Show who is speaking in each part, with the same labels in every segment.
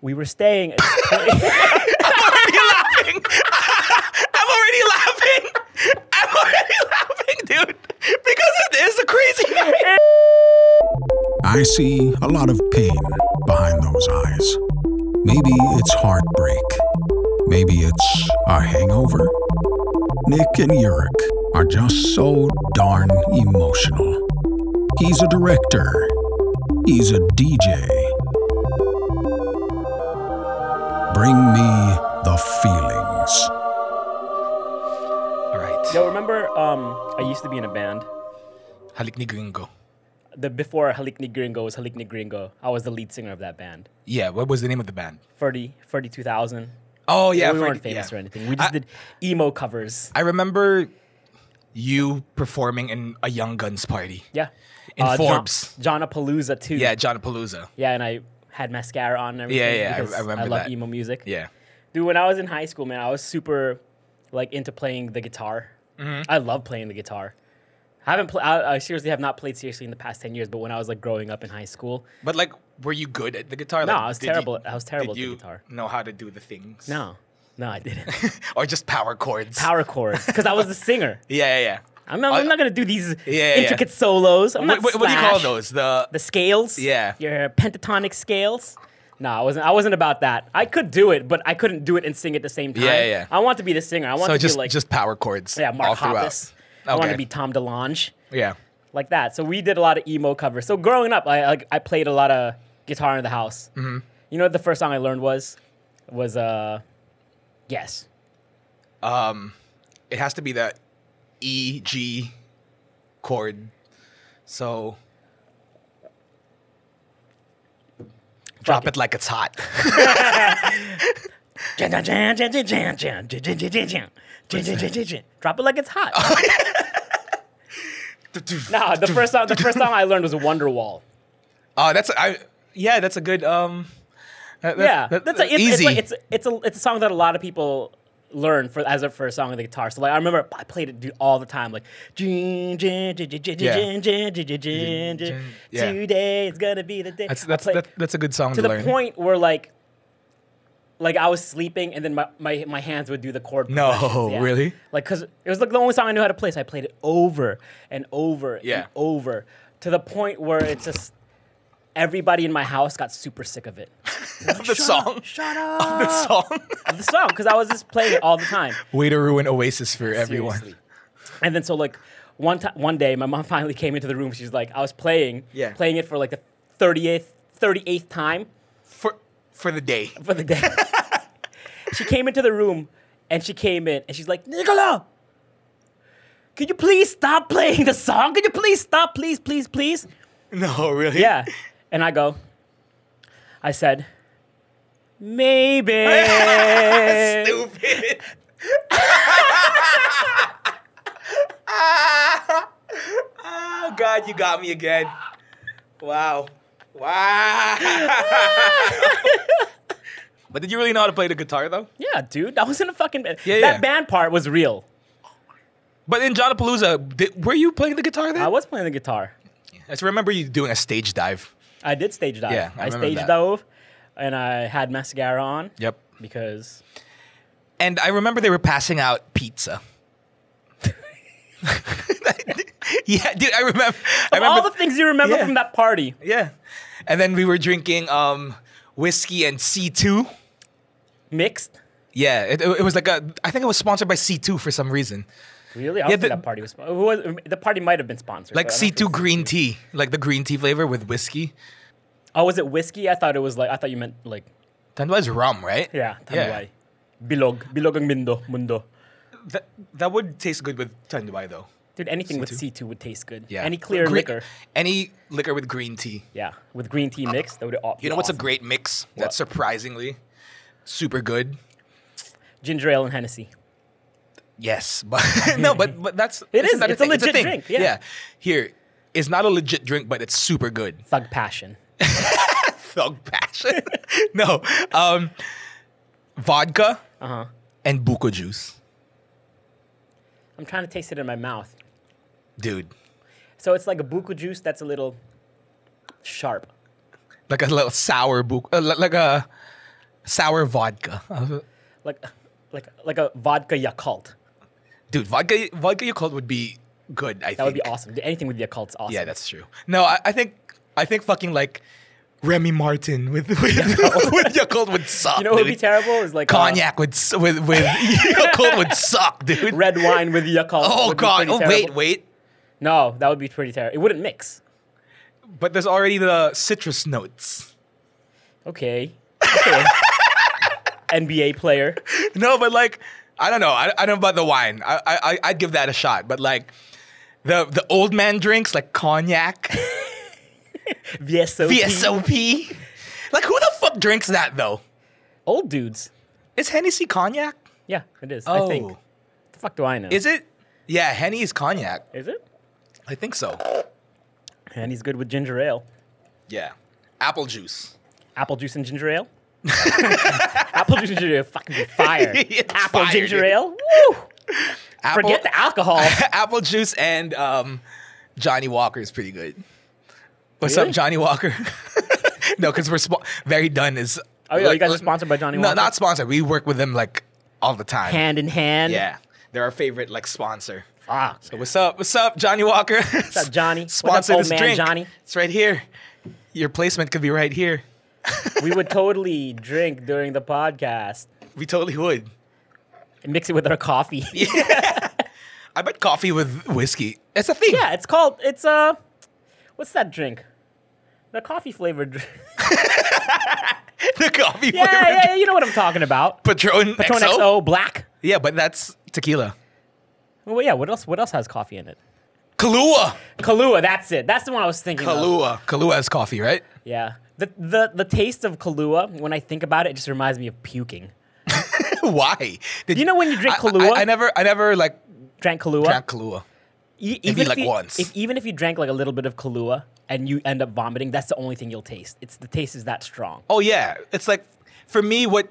Speaker 1: we were staying at this place.
Speaker 2: already laughing. I'm already laughing. I'm already laughing, dude. Because it is a crazy night.
Speaker 3: I see a lot of pain behind those eyes. Maybe it's heartbreak. Maybe it's a hangover. Nick and Yurik are just so darn emotional. He's a director. He's a DJ. Bring me the feelings.
Speaker 2: All right.
Speaker 1: Yo, remember um, I used to be in a band.
Speaker 2: Halikni Gringo.
Speaker 1: The before Halikni Gringo was Halikni Gringo. I was the lead singer of that band.
Speaker 2: Yeah, what was the name of the band?
Speaker 1: 30, 32,000.
Speaker 2: Oh, yeah.
Speaker 1: we
Speaker 2: Freddy-
Speaker 1: weren't famous
Speaker 2: yeah.
Speaker 1: or anything. We just
Speaker 2: I-
Speaker 1: did emo covers.
Speaker 2: I remember you performing in a Young Guns party.
Speaker 1: Yeah. Uh,
Speaker 2: In
Speaker 1: John-
Speaker 2: Forbes.
Speaker 1: Johnapalooza too.
Speaker 2: Yeah, John Palooza.
Speaker 1: Yeah, and I had mascara on and everything.
Speaker 2: Yeah, yeah, I-
Speaker 1: because
Speaker 2: I remember
Speaker 1: love
Speaker 2: that.
Speaker 1: emo music.
Speaker 2: Yeah.
Speaker 1: Dude, when I was in high school, man, I was super like into playing the guitar.
Speaker 2: Mm-hmm.
Speaker 1: I love playing the guitar. I haven't played. I, I seriously have not played seriously in the past ten years. But when I was like growing up in high school,
Speaker 2: But like, were you good at the guitar?
Speaker 1: No,
Speaker 2: Like,
Speaker 1: I was
Speaker 2: did you-
Speaker 1: terrible- I was terrible
Speaker 2: did
Speaker 1: at the
Speaker 2: you
Speaker 1: guitar.
Speaker 2: Know how to do the things?
Speaker 1: no, no, I didn't.
Speaker 2: or just power chords.
Speaker 1: Power chords, because I was the singer.
Speaker 2: Yeah, yeah, yeah.
Speaker 1: I'm not. I'm not gonna do these
Speaker 2: yeah, yeah.
Speaker 1: intricate solos. I'm
Speaker 2: What,
Speaker 1: not.
Speaker 2: what, what do you call
Speaker 1: Slash.
Speaker 2: those? The,
Speaker 1: The scales.
Speaker 2: Yeah.
Speaker 1: Your pentatonic scales. No, I wasn't. I wasn't about that. I could do it, but I couldn't do it and sing at the same time.
Speaker 2: Yeah, yeah.
Speaker 1: I want to be the singer. I want
Speaker 2: so
Speaker 1: to
Speaker 2: just
Speaker 1: be like
Speaker 2: just power chords.
Speaker 1: yeah,
Speaker 2: all
Speaker 1: Mark
Speaker 2: throughout.
Speaker 1: Hoppus. I want
Speaker 2: Okay.
Speaker 1: to be Tom DeLonge.
Speaker 2: Yeah.
Speaker 1: like that. So we did a lot of emo covers. So growing up, I like I played a lot of guitar in the house. Mm-hmm. You know what the first song I learned was was uh yes
Speaker 2: It has to be that E G chord. So drop it. like it's hot.
Speaker 1: Jam, jam, jam, jam, jam, jam, jam, jam, jam, jam, jam, jam, jam, jam, jam, jam, jam. drop it like it's hot. no, the first song the first song I learned was Wonderwall.
Speaker 2: Oh, that's I. Yeah, that's a good um. that- that-
Speaker 1: Yeah,
Speaker 2: that-
Speaker 1: that's a, it's, It's,
Speaker 2: easy.
Speaker 1: like, it's it's a it's a song that a lot of people learn for as their first song on the guitar. So like I remember I played it dude, all the time. Like "Jin, jin, jin, jin, jin,
Speaker 2: Yeah.
Speaker 1: jin, jin, jin, jin, jin,
Speaker 2: jin,
Speaker 1: jin.
Speaker 2: yeah.
Speaker 1: today is gonna be the day.
Speaker 2: that's
Speaker 1: I
Speaker 2: that's
Speaker 1: play-
Speaker 2: that, that's a good song
Speaker 1: to
Speaker 2: to
Speaker 1: the
Speaker 2: learn.
Speaker 1: point where like. Like I was sleeping, and then my, my, my hands would do the chord.
Speaker 2: No,
Speaker 1: progressions, yeah.
Speaker 2: really?
Speaker 1: Like, cause it was like the only song I knew how to play, so I played it over and over
Speaker 2: Yeah.
Speaker 1: and over to the point where it's just everybody in my house got super sick of it.
Speaker 2: the song.
Speaker 1: Shut up!
Speaker 2: The song.
Speaker 1: the song because I was just playing it all the time.
Speaker 2: Way to ruin Oasis for everyone.
Speaker 1: Seriously. And then so like one time, one day, my mom finally came into the room. She's like, I was playing,
Speaker 2: Yeah.
Speaker 1: playing it for like the thirtieth, thirty eighth time
Speaker 2: For for the day.
Speaker 1: for the day. she came into the room and she came in and she's like, Nicola, could you please stop playing the song? Could you please stop, please, please, please?
Speaker 2: No, really.
Speaker 1: Yeah. And I go, I said, maybe.
Speaker 2: Stupid. oh God, you got me again. Wow. Wow. but did you really know how to play the guitar though?
Speaker 1: Yeah, dude, I was in a fucking band.
Speaker 2: Yeah,
Speaker 1: that
Speaker 2: yeah.
Speaker 1: band part was real.
Speaker 2: But in Johnapalooza, did, were you playing the guitar then?
Speaker 1: I was playing the guitar.
Speaker 2: I just remember you doing a stage dive.
Speaker 1: I did stage dive.
Speaker 2: Yeah, I
Speaker 1: I,
Speaker 2: remember
Speaker 1: stage
Speaker 2: that.
Speaker 1: dove, and I had mascara on
Speaker 2: Yep.
Speaker 1: because
Speaker 2: And I remember they were passing out pizza. yeah, dude, I remember. I
Speaker 1: of
Speaker 2: remember
Speaker 1: all the things you remember
Speaker 2: Yeah.
Speaker 1: from that party.
Speaker 2: Yeah. And then we were drinking um, whiskey and C2.
Speaker 1: Mixed,
Speaker 2: Yeah, it, it was like a. I think it was sponsored by C2 for some reason.
Speaker 1: really? I
Speaker 2: Yeah,
Speaker 1: don't
Speaker 2: the-
Speaker 1: think that party was. Who was the party might have been sponsored.
Speaker 2: Like
Speaker 1: but I don't
Speaker 2: C2
Speaker 1: think-
Speaker 2: green tea, like the green tea flavor with whiskey.
Speaker 1: Oh, was it whiskey? I thought it was like I thought you meant like
Speaker 2: Tandwa is rum, right?
Speaker 1: yeah, tanwai. Bilog, bilog ang mindo, mundo.
Speaker 2: That, that would taste good with tandwai though.
Speaker 1: Dude, anything with C2 would taste good.
Speaker 2: Yeah.
Speaker 1: Any clear
Speaker 2: Gre-
Speaker 1: liquor.
Speaker 2: Any liquor with green tea.
Speaker 1: Yeah, with green tea mixed, that would all.
Speaker 2: You know what's a great mix? That's surprisingly super good.
Speaker 1: ginger ale and Hennessy.
Speaker 2: Yes, but no, but but that's
Speaker 1: It
Speaker 2: isn't
Speaker 1: is.
Speaker 2: that
Speaker 1: It's a
Speaker 2: thing?
Speaker 1: legit drink, yeah.
Speaker 2: here it's not a legit drink, but it's super good.
Speaker 1: Thug passion.
Speaker 2: Thug passion. no, um, vodka
Speaker 1: Uh-huh.
Speaker 2: and buko juice,
Speaker 1: I'm trying to taste it in my mouth.
Speaker 2: dude.
Speaker 1: So it's like a buku juice that's a little sharp.
Speaker 2: Like a little sour buko, uh, li- like a sour vodka.
Speaker 1: like like like a vodka Yakult.
Speaker 2: Dude, vodka vodka Yakult would be good. I
Speaker 1: That
Speaker 2: think
Speaker 1: would be awesome. Anything with Yakult's awesome.
Speaker 2: Yeah, that's true. No, I, I think I think fucking like Remy Martin with with, with Yakult would suck.
Speaker 1: you know what would be
Speaker 2: dude.
Speaker 1: terrible is like uh,
Speaker 2: Cognac would s- with with Yakult would suck, dude.
Speaker 1: red wine with Yakult.
Speaker 2: oh
Speaker 1: would be
Speaker 2: god.
Speaker 1: pretty
Speaker 2: Oh wait,
Speaker 1: terrible.
Speaker 2: wait.
Speaker 1: No, that would be pretty terrible. It wouldn't mix.
Speaker 2: But there's already the citrus notes.
Speaker 1: Okay. okay. NBA player.
Speaker 2: No, but like I don't know. I, I don't know about the wine. I I I- I'd give that a shot. But like the the old man drinks like cognac,
Speaker 1: VSOP.
Speaker 2: VSOP. Like who the fuck drinks that though?
Speaker 1: Old dudes.
Speaker 2: Is Hennessy cognac?
Speaker 1: Yeah, it is.
Speaker 2: Oh,
Speaker 1: I think. the fuck do I know?
Speaker 2: is it? Yeah, Henny is cognac.
Speaker 1: Is it?
Speaker 2: I think so.
Speaker 1: And he's good with ginger ale.
Speaker 2: Yeah. Apple juice.
Speaker 1: Apple juice and ginger ale. Apple juice and ginger ale fucking be fire.
Speaker 2: It's
Speaker 1: Apple
Speaker 2: fire,
Speaker 1: ginger
Speaker 2: dude.
Speaker 1: ale. Woo!
Speaker 2: Apple,
Speaker 1: Forget the alcohol.
Speaker 2: Apple juice and um, Johnny Walker is pretty good. What's
Speaker 1: Really?
Speaker 2: up, Johnny Walker? no, because we're spo- very done. Is
Speaker 1: Oh, yeah, you guys are sponsored by Johnny
Speaker 2: No,
Speaker 1: Walker?
Speaker 2: not sponsored. We work with them like all the time.
Speaker 1: hand in hand.
Speaker 2: yeah, they're our favorite like sponsor.
Speaker 1: Fuck.
Speaker 2: So what's up? What's up, Johnny Walker? What's
Speaker 1: up, Johnny? What's up,
Speaker 2: Sponsor
Speaker 1: old
Speaker 2: this
Speaker 1: man
Speaker 2: drink.
Speaker 1: Johnny?
Speaker 2: It's right here. Your placement could be right here.
Speaker 1: we would totally drink during the podcast
Speaker 2: We totally would.
Speaker 1: and mix it with our coffee. Yeah,
Speaker 2: I bet coffee with whiskey. That's a thing.
Speaker 1: it's called, it's uh, what's that drink? The coffee flavored drink.
Speaker 2: the
Speaker 1: Yeah,
Speaker 2: coffee flavored
Speaker 1: yeah, yeah, you know what I'm talking about.
Speaker 2: Patron,
Speaker 1: Patron
Speaker 2: XO?
Speaker 1: XO black.
Speaker 2: Yeah, but that's tequila.
Speaker 1: Well, yeah, what else What else has coffee in it?
Speaker 2: Kahlua.
Speaker 1: Kahlua, that's it. That's the one I was thinking of.
Speaker 2: Kahlua. Kahlua is coffee, right?
Speaker 1: Yeah. The, the, the taste of Kahlua, when I think about it, it just reminds me of puking.
Speaker 2: Why? Did
Speaker 1: You know when you drink
Speaker 2: I-
Speaker 1: Kahlua?
Speaker 2: I, I never, I never like
Speaker 1: Drank Kahlua?
Speaker 2: drank Kahlua.
Speaker 1: E-
Speaker 2: Maybe
Speaker 1: if
Speaker 2: like
Speaker 1: you-
Speaker 2: once.
Speaker 1: If, even if you drank like a little bit of Kahlua and you end up vomiting, that's the only thing you'll taste. It's the taste is that strong.
Speaker 2: Oh yeah, it's like for me, what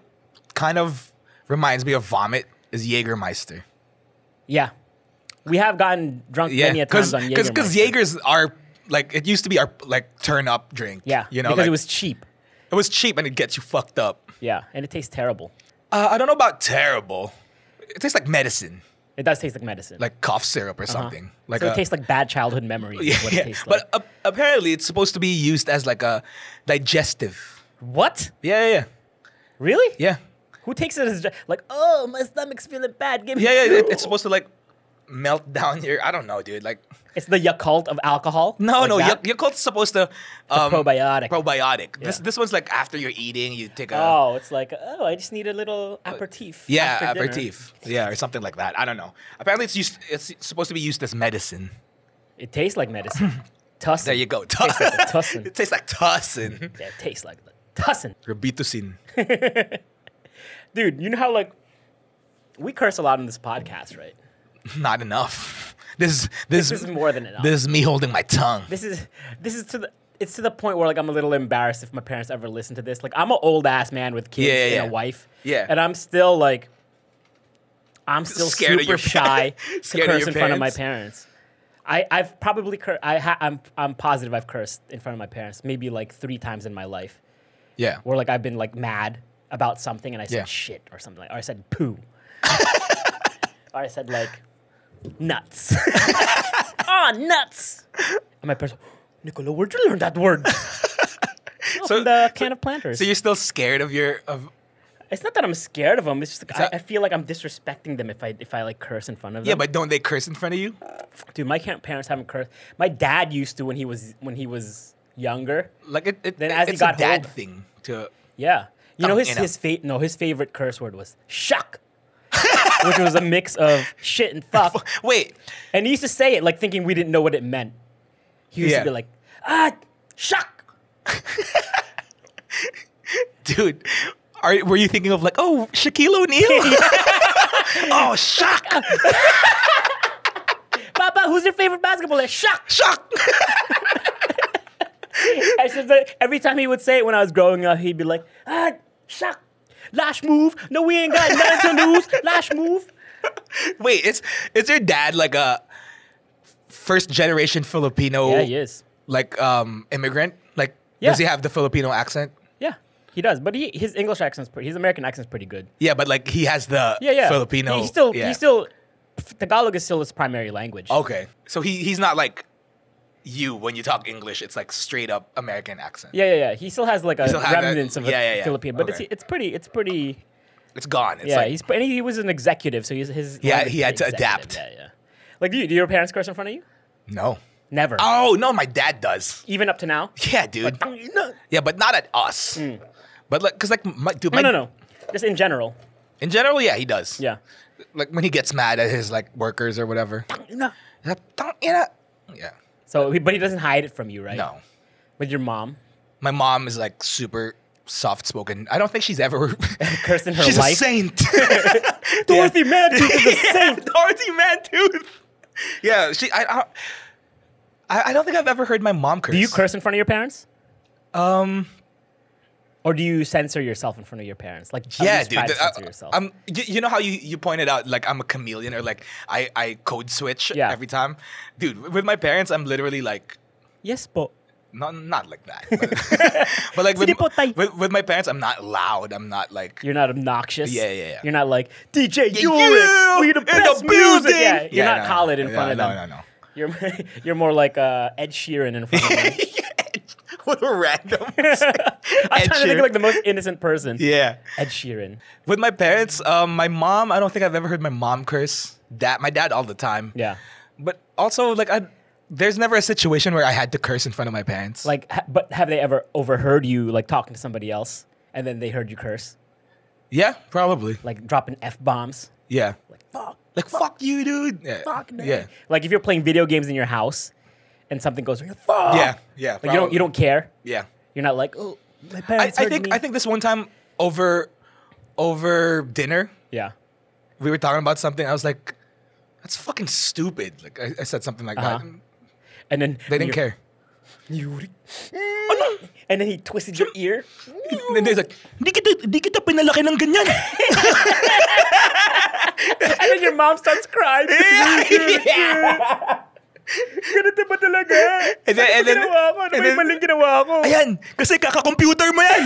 Speaker 2: kind of reminds me of vomit is Jägermeister.
Speaker 1: Yeah, we have gotten drunk
Speaker 2: Yeah,
Speaker 1: many a times on Jaeger.
Speaker 2: because Jaegers are like it used to be our like turn up drink.
Speaker 1: yeah,
Speaker 2: you know,
Speaker 1: because
Speaker 2: like,
Speaker 1: it was cheap.
Speaker 2: it was cheap and it gets you fucked up.
Speaker 1: Yeah, and it tastes terrible.
Speaker 2: Uh, I don't know about terrible. It tastes like medicine,
Speaker 1: It does taste like medicine.
Speaker 2: like cough syrup or something. Like
Speaker 1: Uh-huh. so
Speaker 2: a-
Speaker 1: it tastes like bad childhood memories. is what it tastes like.
Speaker 2: But ap- apparently, it's supposed to be used as like a digestive.
Speaker 1: what?
Speaker 2: Yeah, yeah,
Speaker 1: Really?
Speaker 2: yeah,
Speaker 1: Who takes it as ju- like, oh, my stomach's feeling bad? Give me
Speaker 2: yeah, yeah. yeah. It-
Speaker 1: Fuel.
Speaker 2: it's supposed to like melt down your. I don't know, dude. Like
Speaker 1: It's the Yakult of alcohol.
Speaker 2: no,
Speaker 1: Like
Speaker 2: no.
Speaker 1: that?
Speaker 2: Yac- Yakult's supposed to um,
Speaker 1: probiotic.
Speaker 2: Probiotic. This
Speaker 1: Yeah.
Speaker 2: this one's like after you're eating, you take a
Speaker 1: Oh, it's like oh, I just need a little aperitif.
Speaker 2: yeah
Speaker 1: after dinner.
Speaker 2: aperitif, yeah, or something like that. I don't know. Apparently, it's used. It's supposed to be used as medicine.
Speaker 1: It tastes like medicine. Tussin.
Speaker 2: There you go.
Speaker 1: tastes like a tussin.
Speaker 2: it tastes like tussin.
Speaker 1: Yeah, it tastes like the tussin.
Speaker 2: Robitussin.
Speaker 1: Dude, you know how like we curse a lot in this podcast, right?
Speaker 2: Not enough. This this
Speaker 1: This is more than enough.
Speaker 2: This is me holding my tongue.
Speaker 1: This is this is to the it's to the point where like I'm a little embarrassed if my parents ever listen to this. Like I'm an old ass man with kids
Speaker 2: Yeah, yeah, yeah.
Speaker 1: and a wife.
Speaker 2: Yeah.
Speaker 1: And I'm still like I'm still
Speaker 2: Scared of
Speaker 1: super
Speaker 2: your
Speaker 1: shy
Speaker 2: parents.
Speaker 1: to
Speaker 2: Scared of
Speaker 1: curse
Speaker 2: your
Speaker 1: in front of my parents. I, I've probably cur- I ha- I'm I'm positive I've cursed in front of my parents maybe like three times in my life.
Speaker 2: yeah.
Speaker 1: Where like I've been like mad about something and I said
Speaker 2: Yeah.
Speaker 1: shit or something like or I said poo. or I said like nuts. Ah, nuts. And my parents, Nicola, where'd you learn that word? Oh,
Speaker 2: So-
Speaker 1: from the can of planters.
Speaker 2: So you're still scared of your of
Speaker 1: it's not that I'm scared of them. It's just like
Speaker 2: that-
Speaker 1: I, I feel like I'm disrespecting them if I if I like curse in front of them.
Speaker 2: yeah, but don't they curse in front of you?
Speaker 1: dude, my can- parents haven't cursed. My dad used to when he was when he was younger.
Speaker 2: Like it, it
Speaker 1: Then as he
Speaker 2: it's
Speaker 1: got
Speaker 2: a dad
Speaker 1: older-
Speaker 2: thing to
Speaker 1: Yeah. You know
Speaker 2: Oh,
Speaker 1: his
Speaker 2: you know.
Speaker 1: his fa- no his favorite curse word was shuck, which was a mix of shit and fuck.
Speaker 2: wait.
Speaker 1: And he used to say it like thinking we didn't know what it meant. He used
Speaker 2: Yeah.
Speaker 1: to be like, ah, shuck.
Speaker 2: Dude, are were you thinking of like, oh, Shaquille O'Neal? oh, shock,
Speaker 1: Papa, who's your favorite basketball player? Shuck.
Speaker 2: shock.
Speaker 1: I said that every time he would say it when I was growing up, he'd be like, ah, shuck. Lash move. No, we ain't got nothing to lose. Lash move.
Speaker 2: wait, is is your dad like a first generation Filipino
Speaker 1: Yeah, he is.
Speaker 2: like um immigrant? Like
Speaker 1: Yeah.
Speaker 2: does he have the Filipino accent?
Speaker 1: Yeah. He does, but he, his English accent's pretty, his American accent's pretty good.
Speaker 2: Yeah, but like he has the
Speaker 1: Yeah, yeah.
Speaker 2: Filipino.
Speaker 1: He still,
Speaker 2: yeah. Oh.
Speaker 1: he still, Tagalog is still his primary language.
Speaker 2: Okay, so he he's not like you when you talk English. It's like straight up American accent.
Speaker 1: Yeah, yeah, yeah. He still has like a
Speaker 2: still has that-
Speaker 1: remnants of a
Speaker 2: yeah, yeah, yeah.
Speaker 1: Philippine, but
Speaker 2: Okay.
Speaker 1: it's it's pretty, it's pretty.
Speaker 2: It's gone. It's
Speaker 1: Yeah,
Speaker 2: like
Speaker 1: he's and he was an executive, so he's his.
Speaker 2: Yeah,
Speaker 1: language
Speaker 2: he
Speaker 1: is
Speaker 2: had to
Speaker 1: executive.
Speaker 2: adapt.
Speaker 1: Yeah, yeah. Like, do, you, do your parents curse in front of you?
Speaker 2: no.
Speaker 1: Never.
Speaker 2: Oh no, my dad does.
Speaker 1: Even up to now.
Speaker 2: Yeah, dude.
Speaker 1: No,
Speaker 2: Yeah, but not at us. But like, cause like, my, dude,
Speaker 1: Mm. no,
Speaker 2: my,
Speaker 1: no, no. Just in general.
Speaker 2: In general, yeah, he does.
Speaker 1: Yeah.
Speaker 2: Like when he gets mad at his like workers or whatever.
Speaker 1: No.
Speaker 2: Yeah. don't- yeah. Yeah.
Speaker 1: So, he- but he doesn't hide it from you, right?
Speaker 2: No.
Speaker 1: With your mom.
Speaker 2: My mom is like super soft spoken. I don't think she's ever
Speaker 1: Cursed in her
Speaker 2: she's a
Speaker 1: life?
Speaker 2: saint.
Speaker 1: Dorothy Mantooth is a
Speaker 2: yeah,
Speaker 1: saint.
Speaker 2: Dorothy Mantooth. Yeah, she. I, I. I- I don't think I've ever heard my mom curse.
Speaker 1: Do you curse in front of your parents? Um. Or do you censor yourself in front of your parents? Like, at
Speaker 2: Yeah,
Speaker 1: least
Speaker 2: dude.
Speaker 1: Try to
Speaker 2: th- I,
Speaker 1: censor yourself.
Speaker 2: I'm. You, you know how you, you pointed out like I'm a chameleon or like I, I code switch
Speaker 1: Yeah.
Speaker 2: every time, dude. With my parents, I'm literally like
Speaker 1: yes, but
Speaker 2: not not like that. But, but like
Speaker 1: Sige po, tay.
Speaker 2: with, with, with my parents, I'm not loud. I'm not like
Speaker 1: you're not obnoxious.
Speaker 2: Yeah, yeah, yeah.
Speaker 1: You're not like DJ Ulrich.
Speaker 2: Yeah, you
Speaker 1: We're the
Speaker 2: in
Speaker 1: best music.
Speaker 2: building!"
Speaker 1: Yeah, you're
Speaker 2: Yeah,
Speaker 1: not
Speaker 2: no,
Speaker 1: collared in
Speaker 2: no,
Speaker 1: front of
Speaker 2: no,
Speaker 1: them.
Speaker 2: No, no,
Speaker 1: You're you're more like uh, Ed Sheeran in front of them.
Speaker 2: no. what a random. I'm
Speaker 1: I'm trying to think of like the most innocent person.
Speaker 2: yeah.
Speaker 1: Ed Sheeran.
Speaker 2: With my parents, um, my mom. I don't think I've ever heard my mom curse. That my dad all the time.
Speaker 1: Yeah.
Speaker 2: But also like I, there's never a situation where I had to curse in front of my parents.
Speaker 1: Like, ha- but have they ever overheard you like talking to somebody else and then they heard you curse,
Speaker 2: yeah, probably.
Speaker 1: like dropping f bombs?
Speaker 2: Yeah. Like,
Speaker 1: Fuck.
Speaker 2: fuck, you, dude. Yeah.
Speaker 1: Fuck no.
Speaker 2: Yeah.
Speaker 1: Like if you're playing video games in your house and something goes, fuck.
Speaker 2: Yeah. Yeah.
Speaker 1: Like you don't you don't care.
Speaker 2: Yeah.
Speaker 1: You're not like, oh, my
Speaker 2: I,
Speaker 1: parents
Speaker 2: I
Speaker 1: heard
Speaker 2: think
Speaker 1: me."
Speaker 2: I think this one time over over dinner
Speaker 1: Yeah.
Speaker 2: we were talking about something. I was like, "That's fucking stupid." Like I, I said something like that.
Speaker 1: Uh-huh. And then
Speaker 2: They didn't
Speaker 1: you're-
Speaker 2: care.
Speaker 1: Yuri. Oh, no. And then he twisted your ear.
Speaker 2: And then they're like, "Di kita, di kita pinalaki ng ganyan."
Speaker 1: And then your mom starts crying. Ganito ba talaga?
Speaker 2: And then, and then,
Speaker 1: Ginawa ko? Ano
Speaker 2: and
Speaker 1: ba yung
Speaker 2: then
Speaker 1: maling ginawa ko?
Speaker 2: ayan, kasi kaka-computer mo yan.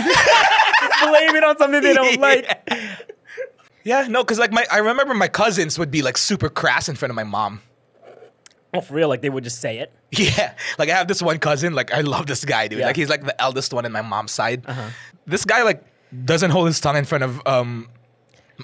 Speaker 1: Blame it on something they don't like.
Speaker 2: yeah, no, because like my, I remember my cousins would be like super crass in front of my mom.
Speaker 1: Oh, for real, like they would just say it.
Speaker 2: Yeah. Like I have this one cousin, like I love this guy, dude.
Speaker 1: Yeah. Uh-huh.
Speaker 2: Like he's like the eldest one in my mom's side. This guy like doesn't hold his tongue in front of um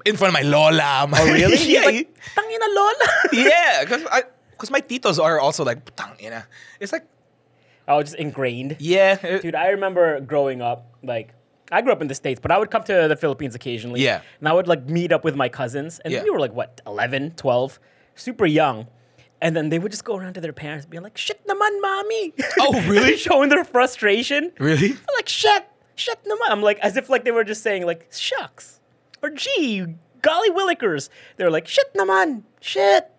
Speaker 2: in front of my lola. Oh
Speaker 1: Really? He's
Speaker 2: yeah.
Speaker 1: like, Tangina lola.
Speaker 2: he- yeah, cuz I cuz my titos are also like tangina. It's like
Speaker 1: I was just ingrained.
Speaker 2: yeah, it-
Speaker 1: Dude, I remember growing up, like, I grew up in the States, but I would come to the Philippines occasionally.
Speaker 2: Yeah.
Speaker 1: And I would, like, meet up with my cousins. And
Speaker 2: Yeah.
Speaker 1: we were, like, what, 11, 12? Super young. And then they would just go around to their parents being like, shit naman, mommy.
Speaker 2: Oh, really?
Speaker 1: Showing their frustration.
Speaker 2: Really?
Speaker 1: They're like, shit, shit naman. I'm like, as if, like, they were just saying, like, shucks. Or gee, golly willikers. They were like, shit naman, shit.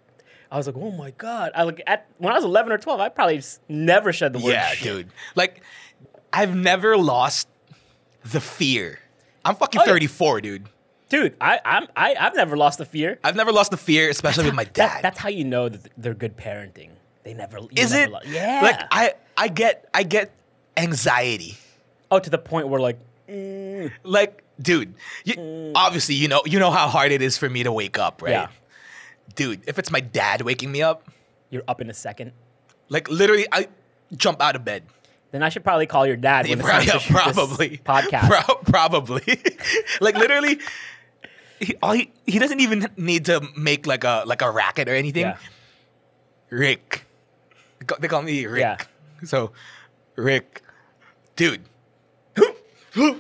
Speaker 1: I was like, oh my god! I like at when I was eleven or twelve, I probably s- never said the word.
Speaker 2: yeah,
Speaker 1: shit.
Speaker 2: dude. Like I've never lost the fear. I'm
Speaker 1: Oh,
Speaker 2: fucking
Speaker 1: yeah.
Speaker 2: 34, dude.
Speaker 1: dude I, I'm, I, i've never lost the fear
Speaker 2: I've never lost the fear, especially with my
Speaker 1: That-
Speaker 2: dad.
Speaker 1: that's how you know that they're good parenting they never you
Speaker 2: Is
Speaker 1: never
Speaker 2: it?
Speaker 1: lo- yeah
Speaker 2: Like I I get I get anxiety.
Speaker 1: oh to the point where like
Speaker 2: Like, dude,
Speaker 1: Mm.
Speaker 2: you, obviously you know you know how hard it is for me to wake up, right?
Speaker 1: yeah
Speaker 2: Dude, if it's my dad waking me up,
Speaker 1: you're up in a second
Speaker 2: like literally I jump out of bed.
Speaker 1: then i should probably call your dad when it's time to
Speaker 2: Probably,
Speaker 1: shoot this
Speaker 2: probably
Speaker 1: podcast
Speaker 2: Pro- probably. like literally he, all he, he doesn't even need to make like a like a racket or anything.
Speaker 1: yeah
Speaker 2: Rick. They call- They call me Rick.
Speaker 1: Yeah.
Speaker 2: So Rick. Dude.
Speaker 1: your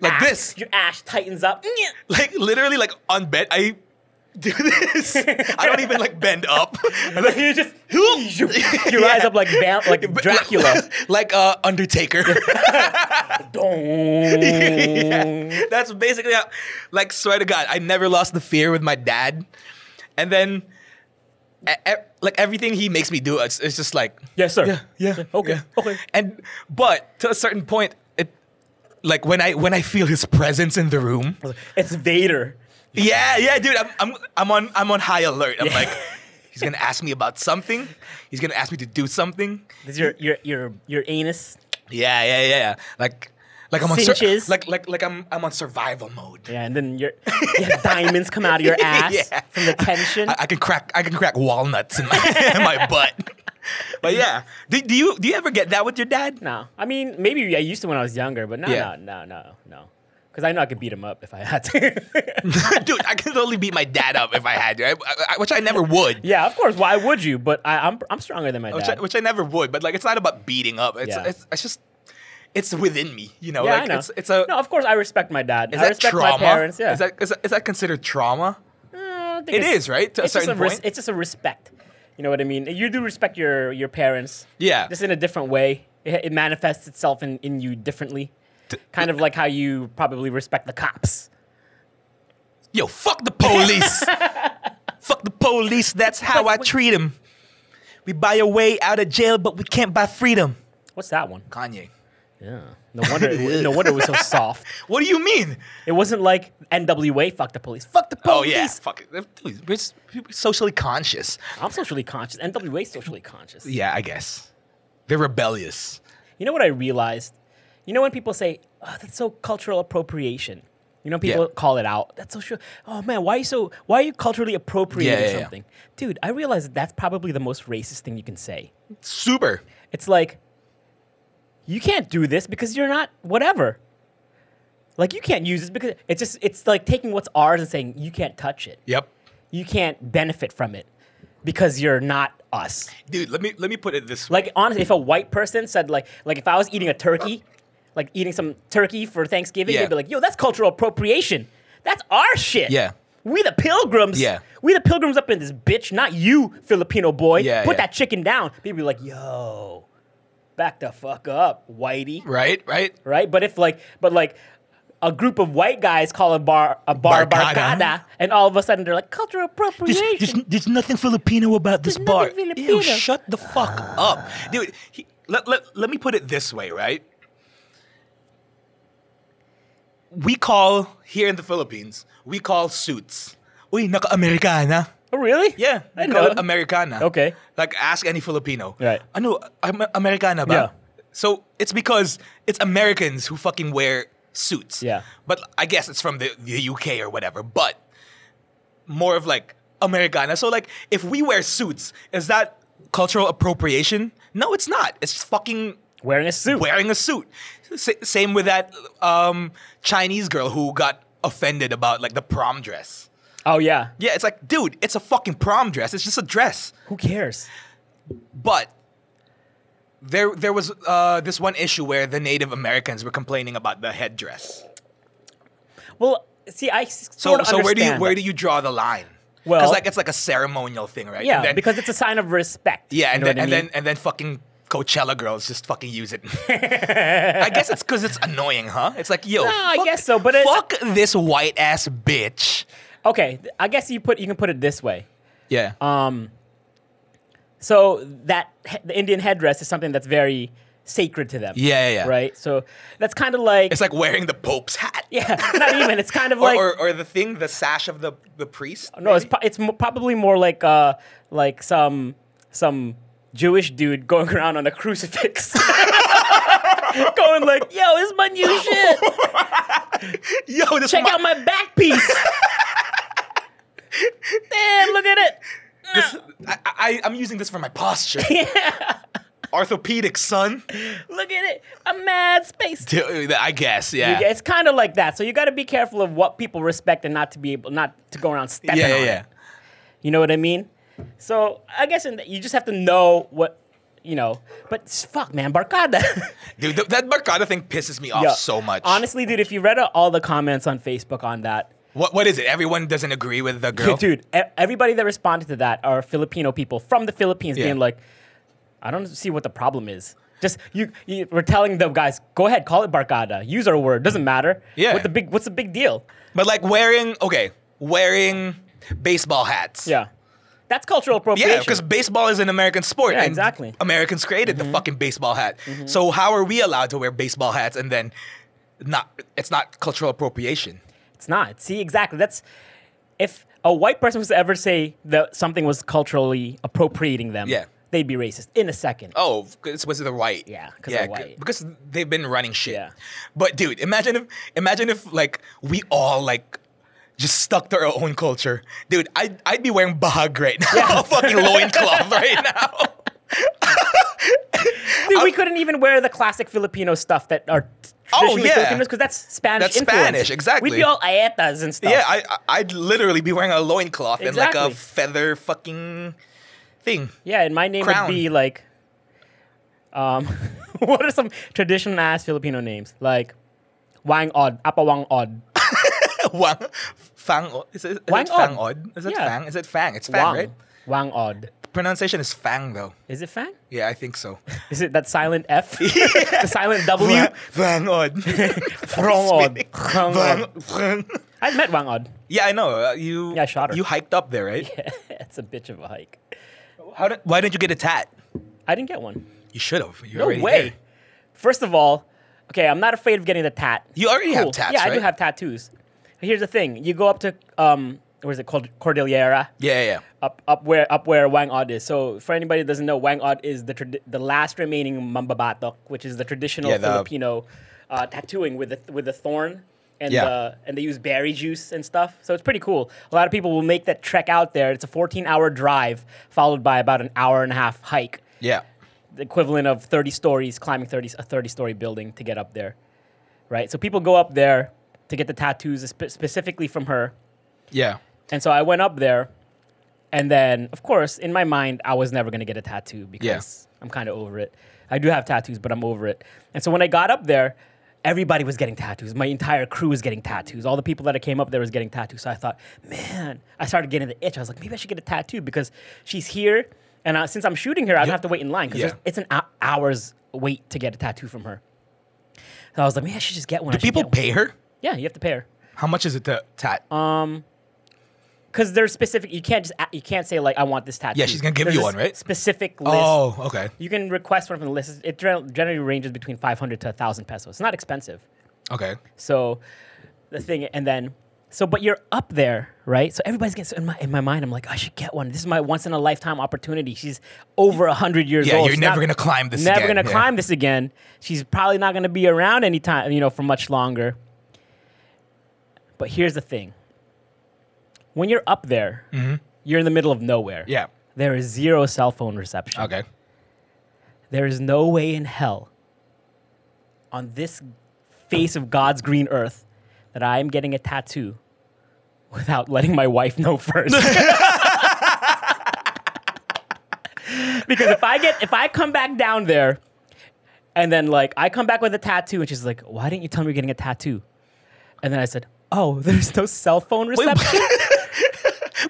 Speaker 2: Like
Speaker 1: ash,
Speaker 2: this.
Speaker 1: your ash tightens up Nyeh.
Speaker 2: like literally like on bed I do this. I don't even like bend up. I'm like,
Speaker 1: you just
Speaker 2: Who-
Speaker 1: you
Speaker 2: Yeah.
Speaker 1: rise up like Bam, like
Speaker 2: But-
Speaker 1: dracula
Speaker 2: like uh, Undertaker.
Speaker 1: Dong.
Speaker 2: Yeah. That's basically how, like swear to God, I never lost the fear with my dad, and then e- e- like everything he makes me do, it's, it's just like
Speaker 1: yes sir
Speaker 2: yeah, yeah,
Speaker 1: okay
Speaker 2: yeah.
Speaker 1: okay
Speaker 2: And but to a certain point, it like when I when I feel his presence in the room,
Speaker 1: it's vader
Speaker 2: Yeah, yeah, dude. I'm, I'm, I'm on, I'm on high alert. I'm like, he's gonna ask me about something. He's gonna ask me to do something.
Speaker 1: this is your your your your anus
Speaker 2: Yeah, yeah, yeah. Like, Like I'm on sur-
Speaker 1: Cinches.
Speaker 2: like like like I'm I'm on survival mode.
Speaker 1: Yeah, and then your you have diamonds come out of your ass
Speaker 2: Yeah.
Speaker 1: from the tension.
Speaker 2: I, I can crack I can crack walnuts in my in my butt. But yeah, do, do you do you ever get that with your dad?
Speaker 1: no, I mean maybe I used to when I was younger, but no,
Speaker 2: Yeah.
Speaker 1: no, no, no, no. Because I know I could beat him up if I had to.
Speaker 2: Dude, I could only beat my dad up if I had to, I, I, which I never would.
Speaker 1: yeah, of course. Why would you? But I, I'm I'm stronger than my
Speaker 2: Which I,
Speaker 1: dad.
Speaker 2: which I never would. But like, it's not about beating up. It's
Speaker 1: Yeah.
Speaker 2: it's, it's just it's within me. You know,
Speaker 1: yeah, I
Speaker 2: like
Speaker 1: know.
Speaker 2: it's it's a
Speaker 1: no, of course I respect my dad.
Speaker 2: is
Speaker 1: I
Speaker 2: that
Speaker 1: respect
Speaker 2: trauma?
Speaker 1: my parents. Yeah,
Speaker 2: Is that is that, is that considered trauma?
Speaker 1: Uh, I think
Speaker 2: It
Speaker 1: it's-
Speaker 2: is, right? To a
Speaker 1: it's just
Speaker 2: certain
Speaker 1: res-
Speaker 2: point.
Speaker 1: it's just a respect. You know what I mean? You do respect your your parents.
Speaker 2: Yeah.
Speaker 1: Just in a different way. It, it manifests itself in, in you differently. kind of like how you probably respect the cops.
Speaker 2: Yo, fuck the police. fuck the police. That's how I treat them. We buy a way out of jail, but we can't buy freedom.
Speaker 1: What's that one?
Speaker 2: Kanye.
Speaker 1: Yeah. No wonder. it- no wonder it was so soft.
Speaker 2: What do you mean?
Speaker 1: It wasn't like N.W.A. Fuck the police. Fuck the police.
Speaker 2: Oh yeah, fuck it. Dude, We're, s- we're socially conscious.
Speaker 1: I'm socially conscious. N.W.A. is socially conscious.
Speaker 2: Yeah, I guess they're rebellious.
Speaker 1: You know what I realized? You know when people say, "Oh, that's so cultural appropriation." You know people
Speaker 2: Yeah.
Speaker 1: call it out. That's so sure. Oh man, why are you so? Why are you culturally appropriating
Speaker 2: Yeah, yeah, yeah.
Speaker 1: something, dude? I realize that that's probably the most racist thing you can say.
Speaker 2: Super.
Speaker 1: It's like, you can't do this because you're not whatever. Like you can't use this because it's just it's like taking what's ours and saying you can't touch it.
Speaker 2: Yep.
Speaker 1: You can't benefit from it because you're not us.
Speaker 2: Dude, let me let me put it this way.
Speaker 1: Like honestly, if a white person said like like if I was eating a turkey, like eating some turkey for Thanksgiving,
Speaker 2: Yeah.
Speaker 1: they'd be like, "Yo, that's cultural appropriation. That's our shit."
Speaker 2: Yeah.
Speaker 1: We the pilgrims.
Speaker 2: Yeah.
Speaker 1: We the pilgrims up in this bitch, not you, Filipino boy.
Speaker 2: Yeah,
Speaker 1: Put
Speaker 2: yeah.
Speaker 1: that chicken down. People be like, "Yo, back the fuck up, whitey."
Speaker 2: right, right.
Speaker 1: right? But if like, but like, a group of white guys call a bar a bar
Speaker 2: Barkada.
Speaker 1: barcada, and all of a sudden they're like cultural appropriation.
Speaker 2: there's nothing Filipino about this
Speaker 1: There's
Speaker 2: bar.
Speaker 1: nothing Filipino.
Speaker 2: Ew, shut the fuck up. Dude, he, let, let, let me put it this way, right? We call, here in the Philippines, we call suits. Uy, naka-Americana.
Speaker 1: oh, really?
Speaker 2: Yeah,
Speaker 1: I
Speaker 2: we call
Speaker 1: know.
Speaker 2: it Americana.
Speaker 1: Okay.
Speaker 2: Like, ask any Filipino.
Speaker 1: Right.
Speaker 2: I know, I'm Americana, ba?
Speaker 1: Yeah.
Speaker 2: So, it's because it's Americans who fucking wear suits.
Speaker 1: Yeah.
Speaker 2: But I guess it's from the, the UK or whatever. But more of like Americana. So like if we wear suits, is that cultural appropriation? No, it's not. It's fucking
Speaker 1: Wearing a suit.
Speaker 2: wearing a suit. S- same with that um, Chinese girl who got offended about like the prom dress.
Speaker 1: oh yeah.
Speaker 2: Yeah, it's like, dude, it's a fucking prom dress. It's just a dress.
Speaker 1: Who cares?
Speaker 2: But there, there was uh, this one issue where the Native Americans were complaining about the headdress.
Speaker 1: Well, see, I s-
Speaker 2: So,
Speaker 1: sort of
Speaker 2: so where do you
Speaker 1: understand
Speaker 2: where
Speaker 1: that.
Speaker 2: do you draw the line?
Speaker 1: Well-
Speaker 2: because like it's like a ceremonial thing, right?
Speaker 1: Yeah,
Speaker 2: And then-
Speaker 1: because it's a sign of respect.
Speaker 2: Yeah,
Speaker 1: you
Speaker 2: and
Speaker 1: know
Speaker 2: then
Speaker 1: what I
Speaker 2: and
Speaker 1: mean?
Speaker 2: then and then fucking Coachella girls just fucking use it. I guess it's because it's annoying, huh? It's like, yo,
Speaker 1: No, I
Speaker 2: fuck-
Speaker 1: guess so, but it-
Speaker 2: fuck this white ass bitch.
Speaker 1: okay, th- I guess you put you can put it this way.
Speaker 2: Yeah,
Speaker 1: So that he- the Indian headdress is something that's very sacred to them.
Speaker 2: Yeah, yeah, yeah.
Speaker 1: Right. So that's kind of like
Speaker 2: it's like wearing the Pope's hat.
Speaker 1: yeah, not even. It's kind of
Speaker 2: Or,
Speaker 1: like
Speaker 2: or, or the thing, the sash of the, the priest.
Speaker 1: No, it's
Speaker 2: maybe?
Speaker 1: pro- it's mo- probably more like uh like some some Jewish dude going around on a crucifix. going like, "Yo, this is my new shit.
Speaker 2: yo, this
Speaker 1: Check
Speaker 2: mi-
Speaker 1: out my back piece." Damn, look at it.
Speaker 2: this- I, I I'm using this for my posture. Orthopedic, son.
Speaker 1: Look at it. I'm mad space.
Speaker 2: Dude, I guess,
Speaker 1: You
Speaker 2: yeah.
Speaker 1: get- It's kind of like that. So you got to be careful of what people respect and not to be able not to go around stepping
Speaker 2: yeah, yeah,
Speaker 1: on it.
Speaker 2: yeah.
Speaker 1: You know what I mean? So I guess in the, you just have to know what you know. But s- fuck, man, barcada.
Speaker 2: Dude, th- that Mercado thing pisses me off
Speaker 1: Yeah.
Speaker 2: so much.
Speaker 1: Honestly, dude, if you read uh, all the comments on Facebook on that,
Speaker 2: what what is it? Everyone doesn't agree with the girl.
Speaker 1: dude, e- everybody that responded to that are Filipino people from the Philippines
Speaker 2: Yeah.
Speaker 1: being like, I don't see what the problem is. Just you, you we're telling them guys, go ahead, call it barcada. Use our word, doesn't matter.
Speaker 2: Yeah.
Speaker 1: What the big what's the big deal?
Speaker 2: But like wearing, okay, wearing baseball hats.
Speaker 1: Yeah. That's cultural appropriation.
Speaker 2: Yeah, because baseball is an American sport.
Speaker 1: Yeah,
Speaker 2: and
Speaker 1: exactly. Mm-hmm.
Speaker 2: Americans created the fucking baseball hat. So how are we allowed to wear baseball hats and then not? It's not cultural appropriation.
Speaker 1: It's not. See, exactly. That's if a white person was to ever say that something was culturally appropriating them,
Speaker 2: Yeah.
Speaker 1: they'd be racist in a second.
Speaker 2: Oh, it's because they're white.
Speaker 1: Yeah, 'cause they're
Speaker 2: c-
Speaker 1: white.
Speaker 2: Because they've been running shit.
Speaker 1: Yeah.
Speaker 2: But dude, imagine if imagine if like we all like just stuck to our own culture. Dude, I'd I'd be wearing bahag right now. A fucking loincloth right now.
Speaker 1: Dude, we couldn't even wear the classic Filipino stuff that are t-
Speaker 2: um, Oh,
Speaker 1: traditionally
Speaker 2: yeah.
Speaker 1: Filipinos because that's Spanish.
Speaker 2: That's
Speaker 1: influence.
Speaker 2: Spanish, exactly.
Speaker 1: We'd be all ayetas and stuff.
Speaker 2: Yeah, I I- I'd literally be wearing a loincloth and like
Speaker 1: Exactly.
Speaker 2: a feather fucking thing.
Speaker 1: yeah. And my name
Speaker 2: Crown.
Speaker 1: would be like, um, what are some traditional ass Filipino names like Wang Od, Apawang Od,
Speaker 2: Wang Fang O- is it, is
Speaker 1: Wang
Speaker 2: it Fang
Speaker 1: Od.
Speaker 2: Od? Is it
Speaker 1: Yeah.
Speaker 2: Fang? Is it Fang? It's Fang,
Speaker 1: Wang,
Speaker 2: right?
Speaker 1: Wang Od.
Speaker 2: Pronunciation is Fang though.
Speaker 1: Is it Fang?
Speaker 2: Yeah, I think so.
Speaker 1: Is it that silent F? the silent W?
Speaker 2: Fang Od.
Speaker 1: Wrong Od. Wrong
Speaker 2: Fang,
Speaker 1: Od.
Speaker 2: Fang.
Speaker 1: I met Wang Od.
Speaker 2: Yeah, I know. Uh, you
Speaker 1: Yeah, I shot her.
Speaker 2: You hiked up there, right?
Speaker 1: That's a bitch of a hike.
Speaker 2: How did, why didn't you get a tat?
Speaker 1: I didn't get one.
Speaker 2: You should have. You're
Speaker 1: No
Speaker 2: already
Speaker 1: way.
Speaker 2: there.
Speaker 1: First of all, okay, I'm not afraid of getting the tat.
Speaker 2: You already have tats,
Speaker 1: Yeah, I do
Speaker 2: right?
Speaker 1: have tattoos. Here's the thing: you go up to um, where is it called Cordillera?
Speaker 2: Yeah, yeah,
Speaker 1: Up, up where, up where Wang Od is. So, for anybody that doesn't know, Wang Od is the trad- the last remaining Mambabatok, which is the traditional
Speaker 2: Yeah, the-
Speaker 1: Filipino uh, tattooing with the with the thorn. And,
Speaker 2: Yeah.
Speaker 1: the, and they use berry juice and stuff. So it's pretty cool. A lot of people will make that trek out there. It's a 14 hour drive, followed by about an hour and a half hike
Speaker 2: yeah.
Speaker 1: the equivalent of 30 stories climbing 30 a 30 story building to get up there right so people go up there to get the tattoos spe- specifically from her
Speaker 2: Yeah.
Speaker 1: and so i went up there and then of course in my mind i was never going to get a tattoo because i'm kind of over it i do have tattoos but i'm over it and so when i got up there everybody was getting tattoos my entire crew was getting tattoos all the people that i came up there was getting tattoos so i thought man i started getting the itch i was like maybe i should get a tattoo because she's here and uh, since i'm shooting her i don't have to wait in line because
Speaker 2: Yeah.
Speaker 1: it's an hou- hour's wait to get a tattoo from her so i was like maybe i should just get one I
Speaker 2: Do
Speaker 1: should
Speaker 2: people
Speaker 1: get one."
Speaker 2: pay her?
Speaker 1: yeah you have to pay her
Speaker 2: How much is it to tat?
Speaker 1: Um, because there's specific. You can't just a- you can't say like I want this tattoo.
Speaker 2: Yeah, she's gonna give
Speaker 1: There's
Speaker 2: you
Speaker 1: a
Speaker 2: one, right?
Speaker 1: Specific list.
Speaker 2: oh, okay.
Speaker 1: You can request one from the list. It gen- generally ranges between 500 to 1,000 pesos. It's not expensive.
Speaker 2: Okay.
Speaker 1: So the thing, and then so, but you're up there, right? So everybody's getting. So in my in my mind, I'm like, I should get one. This is my once in a lifetime opportunity. She's over hundred years
Speaker 2: Yeah,
Speaker 1: old.
Speaker 2: you're
Speaker 1: She's
Speaker 2: never gonna climb this
Speaker 1: Never
Speaker 2: again,
Speaker 1: gonna
Speaker 2: yeah.
Speaker 1: climb this again. She's probably not gonna be around anytime, you know, for much longer. But here's the thing. When you're up there, you're in the middle of nowhere.
Speaker 2: Mm-hmm. Yeah.
Speaker 1: There is zero cell phone reception.
Speaker 2: Okay.
Speaker 1: There is no way in hell on this face of God's green earth that I am getting a tattoo without letting my wife know first. because if I get if I come back down there and then like I come back with a tattoo and she's like, "Why didn't you tell me you're getting a tattoo?" And then I said, "Oh, there's no cell phone reception."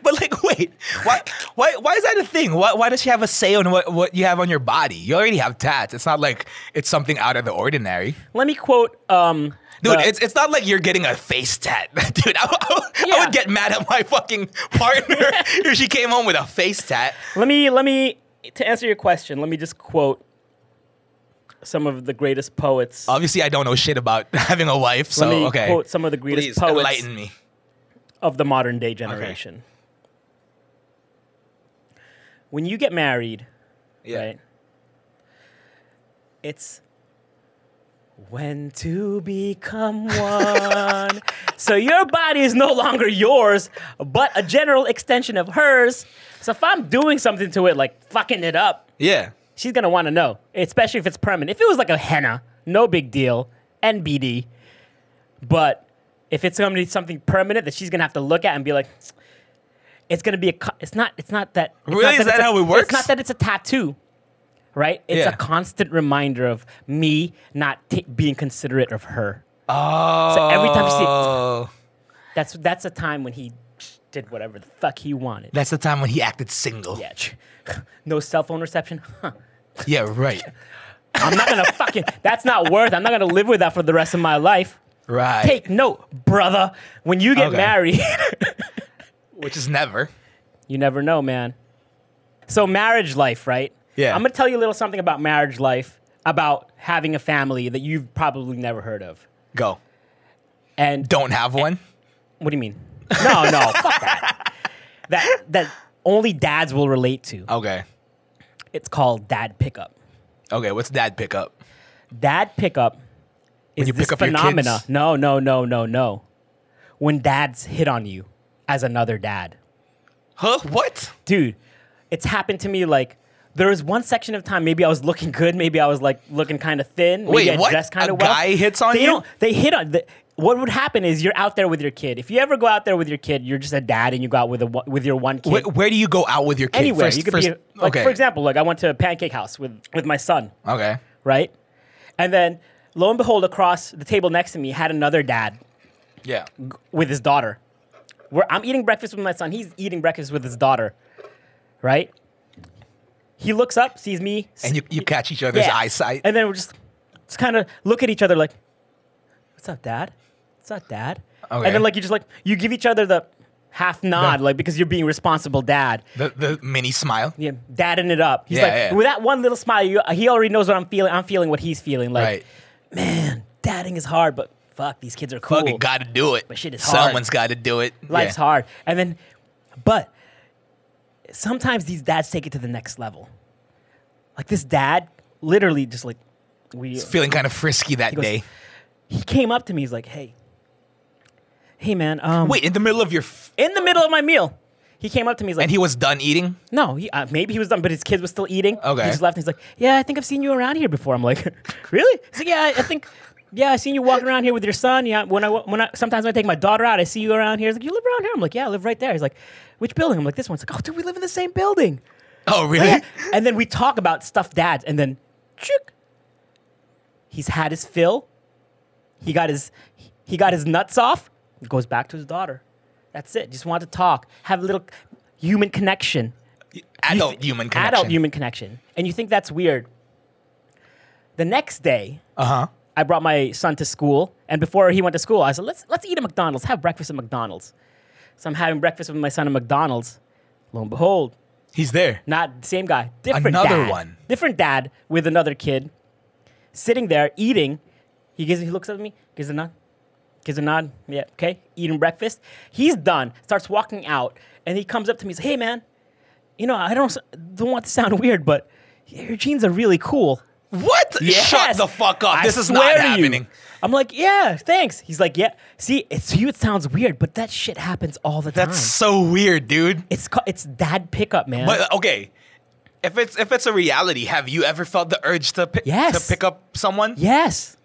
Speaker 2: But like, wait, why, why, why is that a thing? Why, why does she have a say on what, what you have on your body? You already have tats. It's not like it's something out of the ordinary,
Speaker 1: Let me quote um
Speaker 2: dude.
Speaker 1: the-
Speaker 2: it's it's not like you're getting a face tat, dude. I, I would- I
Speaker 1: Yeah.
Speaker 2: would get mad at my fucking partner if she came home with a face tat.
Speaker 1: Let me let me to answer your question. Let me just quote some of the greatest poets.
Speaker 2: Obviously, I don't know shit about having a wife, Uh, so
Speaker 1: let me
Speaker 2: okay.
Speaker 1: quote some of the
Speaker 2: Please
Speaker 1: greatest poets
Speaker 2: enlighten me.
Speaker 1: of the modern day generation. When you get married,
Speaker 2: Yeah.
Speaker 1: right? It's when to become one. so your body is no longer yours, but a general extension of hers. So if I'm doing something to it, like fucking it up,
Speaker 2: Yeah.
Speaker 1: she's gonna want to know, especially if it's permanent. If it was like a henna, no big deal, NBD. But if it's gonna be something permanent that she's gonna have to look at and be like, it's gonna be a. co- It's not. It's not that. It's
Speaker 2: Really?
Speaker 1: not
Speaker 2: Is
Speaker 1: it's
Speaker 2: that
Speaker 1: a-
Speaker 2: how it
Speaker 1: It's
Speaker 2: works?
Speaker 1: not that it's a tattoo. Right, it's
Speaker 2: Yeah.
Speaker 1: a constant reminder of me not t- being considerate of her.
Speaker 2: Oh.
Speaker 1: every time she- That's that's a time when he did whatever the fuck he wanted.
Speaker 2: That's the time when he acted single. Yeah,
Speaker 1: yeah, no cell phone reception. Huh.
Speaker 2: right.
Speaker 1: I'm not gonna fucking. That's not worth. I'm not gonna live with that for the rest of my life.
Speaker 2: Right.
Speaker 1: Take note, brother. When you get
Speaker 2: Okay.
Speaker 1: married,
Speaker 2: Which is never.
Speaker 1: you never know, man. So marriage life, right?
Speaker 2: Yeah.
Speaker 1: I'm gonna tell you a little something about marriage life, about having a family that you've probably never heard of.
Speaker 2: Go.
Speaker 1: And
Speaker 2: Don't have one.
Speaker 1: what do you mean? No, no, fuck that. That that only dads will relate to.
Speaker 2: Okay.
Speaker 1: It's called dad pickup.
Speaker 2: Okay, what's dad pickup?
Speaker 1: Dad pickup is
Speaker 2: you
Speaker 1: this
Speaker 2: pick up your
Speaker 1: phenomena.
Speaker 2: kids?
Speaker 1: No, no, no, no, no. When dads hit on you as another dad.
Speaker 2: Huh? What?
Speaker 1: dude, it's happened to me like there was one section of time maybe I was looking good, maybe I was like looking kind of thin, maybe
Speaker 2: Wait,
Speaker 1: I
Speaker 2: what?
Speaker 1: dressed kind
Speaker 2: A
Speaker 1: of well.
Speaker 2: guy hits on
Speaker 1: they
Speaker 2: you?
Speaker 1: Don't, they hit on. The, what would happen is you're out there with your kid. If you ever go out there with your kid, you're just a dad and you go out with a one- with your one kid.
Speaker 2: Where, where do you go out with your kid?
Speaker 1: Anywhere
Speaker 2: First-
Speaker 1: you could
Speaker 2: first-
Speaker 1: be, like
Speaker 2: okay.
Speaker 1: for example, like I went to a pancake house with with my son,
Speaker 2: Okay.
Speaker 1: right? And then lo and behold, across the table next to me had another dad
Speaker 2: Yeah.
Speaker 1: with his daughter. Where I'm eating breakfast with my son, he's eating breakfast with his daughter, right? He looks up, sees me,
Speaker 2: And you, you catch each other's eyesight.
Speaker 1: and then we're just just kind of look at each other like, "What's up, Dad? What's up, Dad?"
Speaker 2: Okay.
Speaker 1: And then like you just like you give each other the half nod, like because you're being responsible, Dad.
Speaker 2: the the mini smile.
Speaker 1: Yeah, dadding it up. He's
Speaker 2: Yeah,
Speaker 1: like
Speaker 2: yeah.
Speaker 1: with that one little smile, you, he already knows what I'm feeling. I'm feeling what he's feeling. Like,
Speaker 2: right.
Speaker 1: man, dadding is hard, but fuck, these kids are cool.
Speaker 2: Fucking got to do it. But
Speaker 1: shit is hard.
Speaker 2: Someone's got to do it.
Speaker 1: Life's
Speaker 2: yeah.
Speaker 1: hard. And then, but sometimes these dads take it to the next level. Like this dad, literally, just like we,
Speaker 2: Feeling kind of frisky that
Speaker 1: goes-
Speaker 2: day.
Speaker 1: he came up to me. He's like, "Hey, hey, man." Um,
Speaker 2: Wait, in the middle of your f-
Speaker 1: in the middle of my meal, he came up to me. He's like,
Speaker 2: and he was done eating.
Speaker 1: "No, he, uh, maybe he was done, but his kid was still eating."
Speaker 2: Okay.
Speaker 1: he just left. And he's like, "Yeah, I think I've seen you around here before." I'm like, "Really?" He's like, "Yeah, I think." Yeah, I seen you walking around here with your son. Yeah, when I when I sometimes when I take my daughter out, I see you around here. He's like, you live around here? I'm like, yeah, I live right there. He's like, which building? I'm like, this one. He's like, oh, dude, we live in the same building.
Speaker 2: Oh, really?
Speaker 1: Yeah. and then we talk about stuff dads and then chook, he's had his fill he got his he got his nuts off goes back to his daughter that's it just want to talk have a little human connection You
Speaker 2: Adult
Speaker 1: thi-
Speaker 2: human connection.
Speaker 1: adult human connection and you think that's weird the next day
Speaker 2: Uh huh.
Speaker 1: i brought my son to school and before he went to school i said let's let's eat at mcdonald's have breakfast at mcdonald's so i'm having breakfast with my son at mcdonald's lo and behold
Speaker 2: He's there.
Speaker 1: not the same guy. Different
Speaker 2: Another
Speaker 1: dad.
Speaker 2: one.
Speaker 1: Different dad with another kid, sitting there eating. He gives. He looks at me. Gives a nod. Gives a nod. Yeah. Okay. Eating breakfast. He's done. Starts walking out, and he comes up to me. He's "Hey, man. You know, I don't s- don't want to sound weird, but your jeans are really cool."
Speaker 2: What? Shut
Speaker 1: Yes.
Speaker 2: the fuck up.
Speaker 1: I
Speaker 2: this is
Speaker 1: swear
Speaker 2: not
Speaker 1: to you.
Speaker 2: happening.
Speaker 1: I'm like, yeah, thanks. He's like, yeah. See, it's to you. It sounds weird, but that shit happens all the
Speaker 2: That's
Speaker 1: time.
Speaker 2: so weird, dude.
Speaker 1: It's ca- it's dad pickup, man.
Speaker 2: But uh, okay, if it's if it's a reality, have you ever felt the urge to pick
Speaker 1: Yes.
Speaker 2: to pick up someone?
Speaker 1: yes,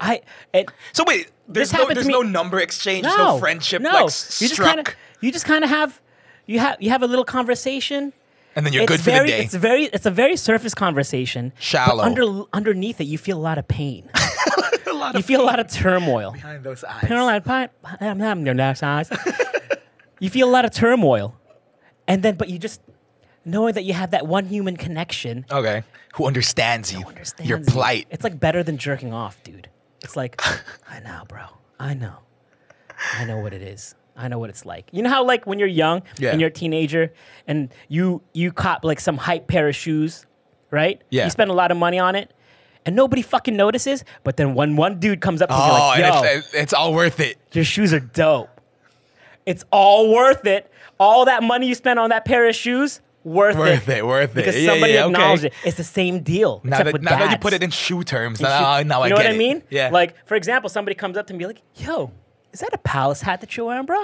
Speaker 1: I. It,
Speaker 2: So wait, there's
Speaker 1: This
Speaker 2: no
Speaker 1: happened to
Speaker 2: there's
Speaker 1: me-
Speaker 2: no number exchange, there's no friendship like s-
Speaker 1: you just
Speaker 2: struck,
Speaker 1: Kinda, you just kind of have you have you have a little conversation.
Speaker 2: and then you're
Speaker 1: it's
Speaker 2: good for
Speaker 1: very,
Speaker 2: the day.
Speaker 1: It's very it's a very surface conversation.
Speaker 2: Shallow.
Speaker 1: But under, underneath it, you feel a lot of pain.
Speaker 2: a lot
Speaker 1: you feel a lot of turmoil.
Speaker 2: behind those eyes.
Speaker 1: Caroline Pine, I'm having your nice eyes. you feel a lot of turmoil, and then but you just knowing that you have that one human connection.
Speaker 2: okay, who understands you?
Speaker 1: Understands
Speaker 2: your
Speaker 1: you.
Speaker 2: plight.
Speaker 1: It's like better than jerking off, dude. It's like, I know, bro. I know. I know what it is. I know what it's like. You know how like when you're young
Speaker 2: Yeah.
Speaker 1: and you're a teenager and you you cop like some hype pair of shoes, right?
Speaker 2: Yeah.
Speaker 1: You spend a lot of money on it and nobody fucking notices, but then when one dude comes up to you
Speaker 2: Oh,
Speaker 1: like, yo,
Speaker 2: and it's, it's all worth it.
Speaker 1: your shoes are dope. It's all worth it. All that money you spent on that pair of shoes, worth,
Speaker 2: Worth it, worth it.
Speaker 1: Because
Speaker 2: Yeah,
Speaker 1: somebody
Speaker 2: yeah, okay.
Speaker 1: acknowledged it. It's the same deal.
Speaker 2: Now,
Speaker 1: except
Speaker 2: that,
Speaker 1: with
Speaker 2: now that you
Speaker 1: dads.
Speaker 2: put it in shoe terms,
Speaker 1: You
Speaker 2: now,
Speaker 1: should-
Speaker 2: now I
Speaker 1: you know
Speaker 2: get
Speaker 1: what I
Speaker 2: it.
Speaker 1: mean?
Speaker 2: Yeah.
Speaker 1: Like, for example, somebody comes up to me like, yo, is that a palace hat that you're wearing, bro?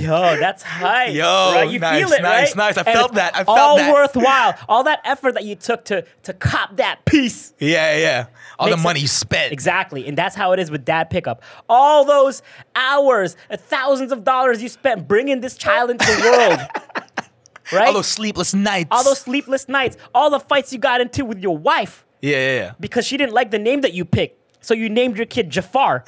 Speaker 1: Yo, that's hype.
Speaker 2: Yo,
Speaker 1: right? you
Speaker 2: nice,
Speaker 1: feel it, right?
Speaker 2: nice, nice. I
Speaker 1: And
Speaker 2: felt
Speaker 1: it's
Speaker 2: that. I felt
Speaker 1: all
Speaker 2: that.
Speaker 1: worthwhile. All that effort that you took to to cop that piece.
Speaker 2: yeah, yeah. All the
Speaker 1: Makes it-
Speaker 2: money you spent.
Speaker 1: Exactly. And that's how it is with dad pickup. All those hours, uh, thousands of dollars you spent bringing this child into the world. right?
Speaker 2: All those sleepless nights.
Speaker 1: all those sleepless nights, all the fights you got into with your wife
Speaker 2: Yeah, yeah, yeah.
Speaker 1: because she didn't like the name that you picked. So you named your kid Jafar.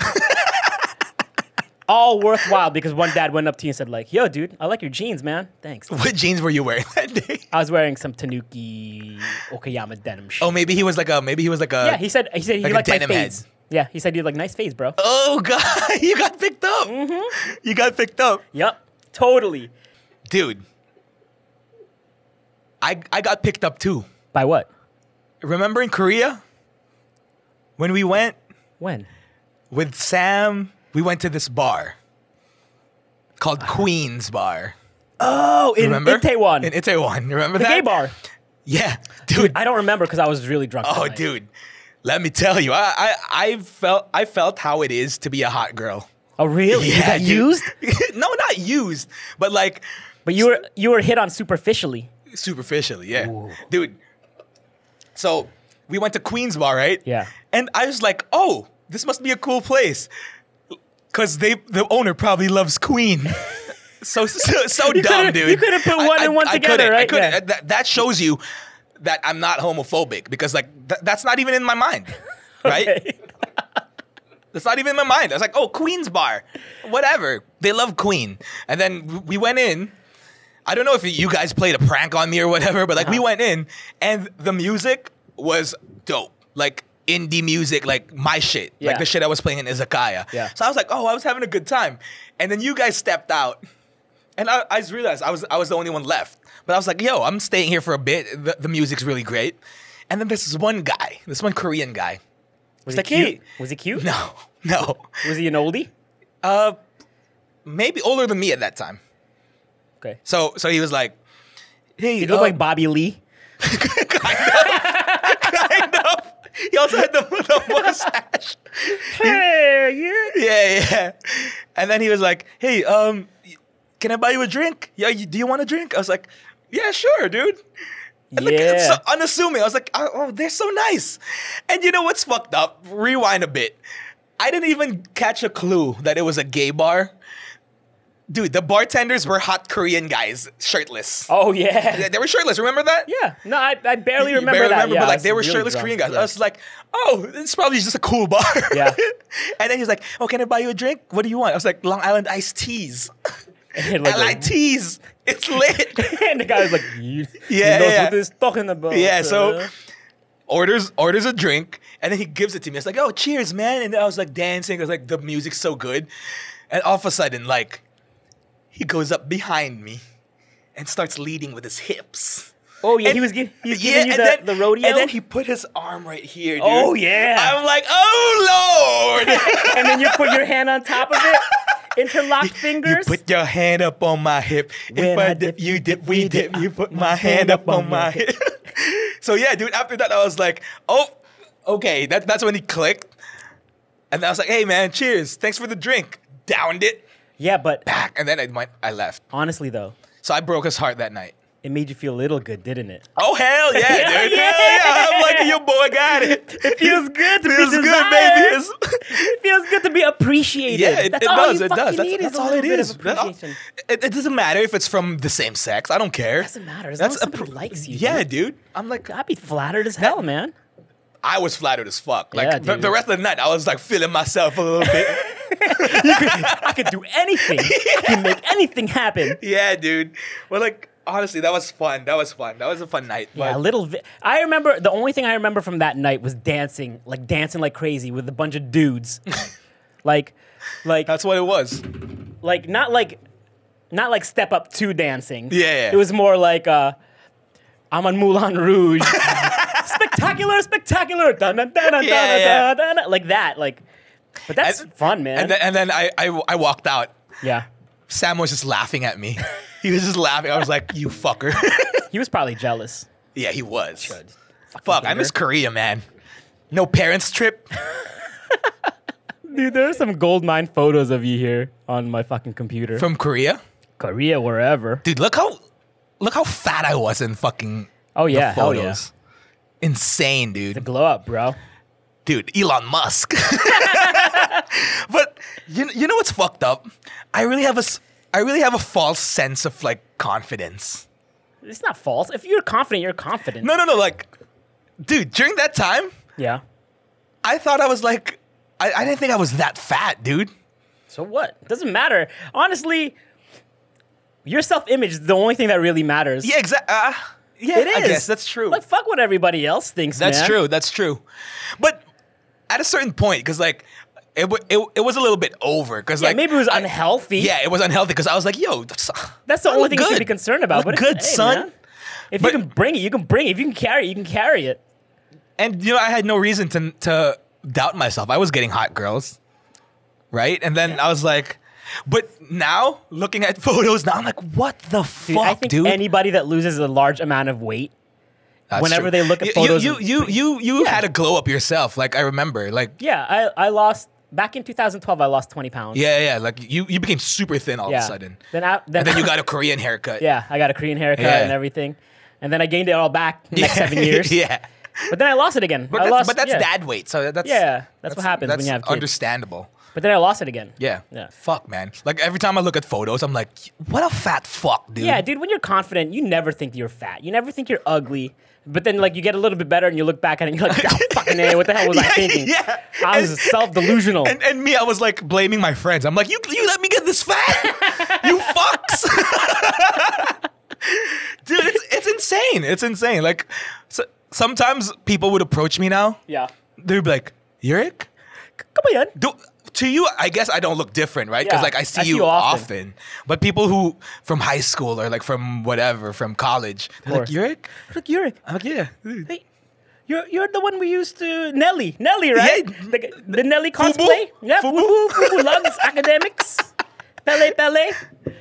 Speaker 1: all worthwhile because one dad went up to you and said like, "Yo, dude, I like your jeans, man. Thanks."
Speaker 2: What jeans were you wearing that day?
Speaker 1: I was wearing some Tanuki Okayama denim. Shit.
Speaker 2: Oh, maybe he was like a maybe he was like a
Speaker 1: yeah, he said he said he
Speaker 2: like a
Speaker 1: liked my
Speaker 2: denim head.
Speaker 1: fades. Yeah, he said he like nice fades, bro.
Speaker 2: Oh god, you got picked up.
Speaker 1: Mm-hmm.
Speaker 2: You got picked up,
Speaker 1: Yep, totally.
Speaker 2: dude. I I got picked up too.
Speaker 1: By what?
Speaker 2: Remember in Korea when we went
Speaker 1: When?
Speaker 2: with Sam, we went to this bar called Queen's Bar.
Speaker 1: Oh, in,
Speaker 2: Remember
Speaker 1: Oh, in Taiwan.
Speaker 2: In Itaewon. Remember
Speaker 1: the
Speaker 2: that
Speaker 1: gay bar.
Speaker 2: Yeah, dude.
Speaker 1: I don't remember because I was really drunk. that
Speaker 2: oh,
Speaker 1: night.
Speaker 2: dude. Let me tell you, I, I I felt I felt how it is to be a hot girl.
Speaker 1: Oh, really? you got
Speaker 2: dude.
Speaker 1: used,
Speaker 2: no, not used, but like
Speaker 1: but you were you were hit on superficially.
Speaker 2: superficially, yeah, dude. So we went to Queens Bar, right?
Speaker 1: Yeah.
Speaker 2: And I was like, oh, this must be a cool place, cause they the owner probably loves Queen. so so, so
Speaker 1: You
Speaker 2: dumb,
Speaker 1: couldn't-
Speaker 2: dude.
Speaker 1: you couldn't put
Speaker 2: I-
Speaker 1: one
Speaker 2: I-
Speaker 1: and one
Speaker 2: I
Speaker 1: together,
Speaker 2: couldn't, I
Speaker 1: right?
Speaker 2: couldn't.
Speaker 1: Yeah.
Speaker 2: That, that shows you that I'm not homophobic because like th- that's not even in my mind, right? That's not even in my mind. I was like, oh, Queen's Bar. Whatever. They love Queen. And then w- we went in. I don't know if you guys played a prank on me or whatever, but like
Speaker 1: Uh-huh.
Speaker 2: we went in and the music was dope. Like indie music, like my shit.
Speaker 1: Yeah.
Speaker 2: Like the shit I was playing in Izakaya.
Speaker 1: Yeah.
Speaker 2: So I was like, oh, I was having a good time. And then you guys stepped out. And I, I just realized I was I was the only one left. But I was like, yo, I'm staying here for a bit. The, the music's really great. And then this one guy, this one Korean guy.
Speaker 1: Was
Speaker 2: It's
Speaker 1: he
Speaker 2: like,
Speaker 1: cute?
Speaker 2: hey-
Speaker 1: Was he cute?
Speaker 2: No, no.
Speaker 1: Was he an oldie?
Speaker 2: Uh, maybe older than me at that time.
Speaker 1: Okay.
Speaker 2: So so he was like, "Hey,
Speaker 1: He looked
Speaker 2: uh,
Speaker 1: like Bobby Lee.
Speaker 2: kind of." He also had the, the mustache.
Speaker 1: Hey, yeah.
Speaker 2: yeah, yeah. And then he was like, "Hey, um, can I buy you a drink? Yeah, you, do you want a drink?" I was like, "Yeah, sure, dude." And the kid's
Speaker 1: Yeah.
Speaker 2: so unassuming. I was like, oh, oh, they're so nice. And you know what's fucked up? Rewind a bit. I didn't even catch a clue that it was a gay bar. Dude, the bartenders were hot Korean guys, shirtless.
Speaker 1: Oh yeah.
Speaker 2: They- They were shirtless. Remember that?
Speaker 1: Yeah. No, I, I barely
Speaker 2: You
Speaker 1: remember
Speaker 2: barely
Speaker 1: that. yeah,
Speaker 2: but
Speaker 1: I
Speaker 2: like
Speaker 1: was
Speaker 2: they were
Speaker 1: really
Speaker 2: shirtless
Speaker 1: drunk.
Speaker 2: Korean guys.
Speaker 1: Yeah.
Speaker 2: I was like, oh, it's probably just a cool bar.
Speaker 1: Yeah.
Speaker 2: and then he's like, oh, can I buy you a drink? What do you want? I was like, Long Island iced teas.
Speaker 1: And, like,
Speaker 2: I like teas. It's lit.
Speaker 1: and the guy was like, you,
Speaker 2: Yeah,
Speaker 1: he knows
Speaker 2: yeah.
Speaker 1: what he's talking about.
Speaker 2: Yeah, so-
Speaker 1: uh.
Speaker 2: orders orders a drink and then he gives it to me. It's like, oh, cheers, man. And I was like dancing. I was like, the music's so good. And all of a sudden, like, he goes up behind me and starts leading with his hips.
Speaker 1: Oh yeah,
Speaker 2: And-
Speaker 1: he was giving, he was giving you the, the rodeo.
Speaker 2: And then he put his arm right here, dude.
Speaker 1: Oh, yeah.
Speaker 2: I'm like, oh Lord.
Speaker 1: and then you put your hand on top of it, interlocked
Speaker 2: You
Speaker 1: fingers.
Speaker 2: put your hand up on my hip. if
Speaker 1: When I
Speaker 2: I dip,
Speaker 1: dip,
Speaker 2: you dip, we dip. You put my hand up on my hip. so yeah, dude. After that, I was like, oh, okay. That, that's when he clicked, and I was like, hey man, cheers. Thanks for the drink. Downed it
Speaker 1: yeah, but
Speaker 2: back, and then I went, I left.
Speaker 1: honestly though,
Speaker 2: So I broke his heart that night.
Speaker 1: it made you feel a little good, didn't it?
Speaker 2: Oh hell yeah,
Speaker 1: Yeah,
Speaker 2: dude.
Speaker 1: yeah.
Speaker 2: Hell yeah. I'm like, your boy got it. It
Speaker 1: feels good to be
Speaker 2: feels good,
Speaker 1: desired.
Speaker 2: baby. It's-
Speaker 1: It feels good to be appreciated.
Speaker 2: Yeah, it,
Speaker 1: that's
Speaker 2: it
Speaker 1: all
Speaker 2: does.
Speaker 1: You fucking need
Speaker 2: It does. That's, that's
Speaker 1: a
Speaker 2: all
Speaker 1: little
Speaker 2: it
Speaker 1: bit
Speaker 2: is.
Speaker 1: Of
Speaker 2: That's all-
Speaker 1: appreciation.
Speaker 2: It, it doesn't matter if it's from the same sex. I don't care.
Speaker 1: Doesn't matter. As
Speaker 2: That's
Speaker 1: long as
Speaker 2: appre-
Speaker 1: somebody likes you.
Speaker 2: Yeah,
Speaker 1: dude.
Speaker 2: dude. I'm like,
Speaker 1: I'd be flattered as hell, man.
Speaker 2: I was flattered as fuck. Like
Speaker 1: Yeah,
Speaker 2: the,
Speaker 1: dude.
Speaker 2: the rest of the night, I was like feeling myself a little bit.
Speaker 1: I could do anything. I can make anything happen.
Speaker 2: yeah, dude. Well, like honestly, that was fun. That was fun. That was a fun night.
Speaker 1: Yeah, a
Speaker 2: But-
Speaker 1: little. Vi- I remember the only thing I remember from that night was dancing, like dancing like crazy with a bunch of dudes, like, like,
Speaker 2: that's what it was.
Speaker 1: like not like, not like step up to dancing.
Speaker 2: Yeah, yeah.
Speaker 1: It was more like uh, I'm on Moulin Rouge. spectacular, spectacular, dun, dun, dun, dun,
Speaker 2: Yeah,
Speaker 1: dun,
Speaker 2: yeah.
Speaker 1: dun, dun, dun, like that, like. But that's
Speaker 2: And-
Speaker 1: fun, man.
Speaker 2: And then, and then I, I I walked out.
Speaker 1: yeah,
Speaker 2: Sam was just laughing at me. he was just laughing. I was like, you fucker.
Speaker 1: he was probably jealous.
Speaker 2: yeah, he was.
Speaker 1: Fucking
Speaker 2: Fuck, I miss
Speaker 1: hater.
Speaker 2: Korea, man. No parents trip.
Speaker 1: Dude, there are some gold mine photos of you here on my fucking computer.
Speaker 2: from Korea.
Speaker 1: Korea, wherever.
Speaker 2: Dude, look how look how fat I was in fucking
Speaker 1: Oh yeah, hell yeah.
Speaker 2: photos. Insane, dude.
Speaker 1: Glow up, bro.
Speaker 2: dude, Elon Musk. but you, you know what's fucked up? I really have a s- I really have a false sense of like confidence.
Speaker 1: It's not false. If you're confident, you're confident.
Speaker 2: No, no, no. Like, dude, during that time,
Speaker 1: Yeah.
Speaker 2: I thought I was like, I, I didn't think I was that fat, dude.
Speaker 1: So what? It doesn't matter. Honestly, your self-image is the only thing that really matters.
Speaker 2: Yeah, exactly. Uh, yeah,
Speaker 1: it is.
Speaker 2: I guess that's true.
Speaker 1: Like fuck what everybody else thinks.
Speaker 2: That's
Speaker 1: man.
Speaker 2: true. That's true. But at a certain point, because like it, w- it it was a little bit over. Because
Speaker 1: Yeah,
Speaker 2: like
Speaker 1: maybe it was
Speaker 2: I-
Speaker 1: unhealthy.
Speaker 2: Yeah, it was unhealthy. Because I was like, yo, that's,
Speaker 1: That's the
Speaker 2: I
Speaker 1: only
Speaker 2: look
Speaker 1: thing you should
Speaker 2: good.
Speaker 1: be concerned about. But
Speaker 2: Look
Speaker 1: if-
Speaker 2: good,
Speaker 1: hey,
Speaker 2: son.
Speaker 1: man, if
Speaker 2: But-
Speaker 1: you can bring it, you can bring it. If you can carry it, you can carry it.
Speaker 2: And you know, I had no reason to to doubt myself. I was getting hot girls, right? And then I was like, but now looking at photos, now I'm like, what the
Speaker 1: Dude,
Speaker 2: fuck,
Speaker 1: I think
Speaker 2: dude?
Speaker 1: anybody that loses a large amount of weight
Speaker 2: That's
Speaker 1: Whenever
Speaker 2: true.
Speaker 1: they look at
Speaker 2: You-
Speaker 1: photos
Speaker 2: You
Speaker 1: of-
Speaker 2: you you you, you had a glow up yourself. Like I remember. Like
Speaker 1: Yeah, I, I lost back in 2012. I lost 20 pounds.
Speaker 2: yeah yeah. Like you you became super thin all
Speaker 1: yeah.
Speaker 2: of a sudden.
Speaker 1: Then, I, then,
Speaker 2: And then you got a Korean haircut.
Speaker 1: yeah, I got a Korean haircut
Speaker 2: Yeah.
Speaker 1: and everything, and then I gained it all back next seven years.
Speaker 2: yeah.
Speaker 1: But then I lost it again.
Speaker 2: But
Speaker 1: I
Speaker 2: that's,
Speaker 1: lost,
Speaker 2: but that's
Speaker 1: yeah.
Speaker 2: dad weight. So that's
Speaker 1: Yeah, that's, what happens
Speaker 2: that's
Speaker 1: when you have kids.
Speaker 2: understandable.
Speaker 1: but then I lost it again.
Speaker 2: Yeah.
Speaker 1: Yeah.
Speaker 2: Fuck, man. Like every time I look at photos, I'm like, what a fat fuck, dude.
Speaker 1: Yeah, dude, when you're confident, you never think you're fat. You never think you're ugly. But then, like, you get a little bit better and you look back at it and you're like, "God, fucking A, what the hell was I
Speaker 2: Yeah,
Speaker 1: thinking?
Speaker 2: yeah.
Speaker 1: I was
Speaker 2: And-
Speaker 1: self delusional.
Speaker 2: And, and me, I was like blaming my friends. I'm like, you, you let me get this fat, you fucks, dude. It's it's insane. It's insane. Like, so, sometimes people would approach me now.
Speaker 1: Yeah.
Speaker 2: They'd be like, Yurik,
Speaker 1: Come on.
Speaker 2: do to you i guess i don't look different right because
Speaker 1: Yeah,
Speaker 2: like i see, you, often. but people who from high school or like from whatever from college they're like
Speaker 1: course.
Speaker 2: Yurik?
Speaker 1: Look, you're,
Speaker 2: i'm like yeah dude."
Speaker 1: hey, you're, you're the one we used to. Nelly. Nelly, right?
Speaker 2: Yeah.
Speaker 1: The, the Nelly cosplay. Yeah, Fubu.
Speaker 2: Fubu.
Speaker 1: Fubu loves academics. Pele, Pele.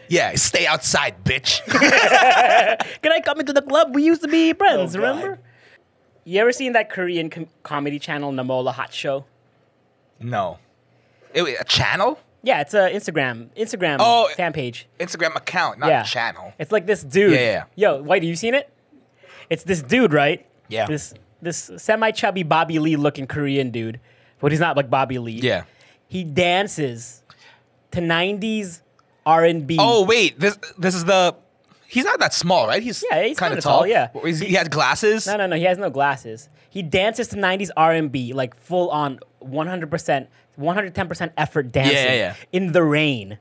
Speaker 2: yeah stay outside bitch
Speaker 1: Can I come into the club? We used to be friends,
Speaker 2: Oh, God.
Speaker 1: remember? You ever seen that Korean com- comedy channel, Namola Hot Show?
Speaker 2: no It- wait, a channel
Speaker 1: Yeah, it's a Instagram Instagram
Speaker 2: Oh.
Speaker 1: fan page.
Speaker 2: instagram account not
Speaker 1: yeah.
Speaker 2: a channel
Speaker 1: It's like this dude.
Speaker 2: Yeah,
Speaker 1: Yo, Whitey, you seen it? It's this dude, right?
Speaker 2: Yeah.
Speaker 1: This this semi chubby Bobby Lee looking Korean dude, but he's not like Bobby Lee.
Speaker 2: yeah
Speaker 1: He dances to '90s R&B.
Speaker 2: oh wait this this is the he's not that small right he's
Speaker 1: Yeah, he's
Speaker 2: kind
Speaker 1: kinda
Speaker 2: of
Speaker 1: tall,
Speaker 2: tall
Speaker 1: yeah.
Speaker 2: Or is he, he had glasses
Speaker 1: No, no, no. He has no glasses. He dances to '90s R&B, like full on 100 percent, 110 percent effort dancing
Speaker 2: yeah, yeah.
Speaker 1: in the rain.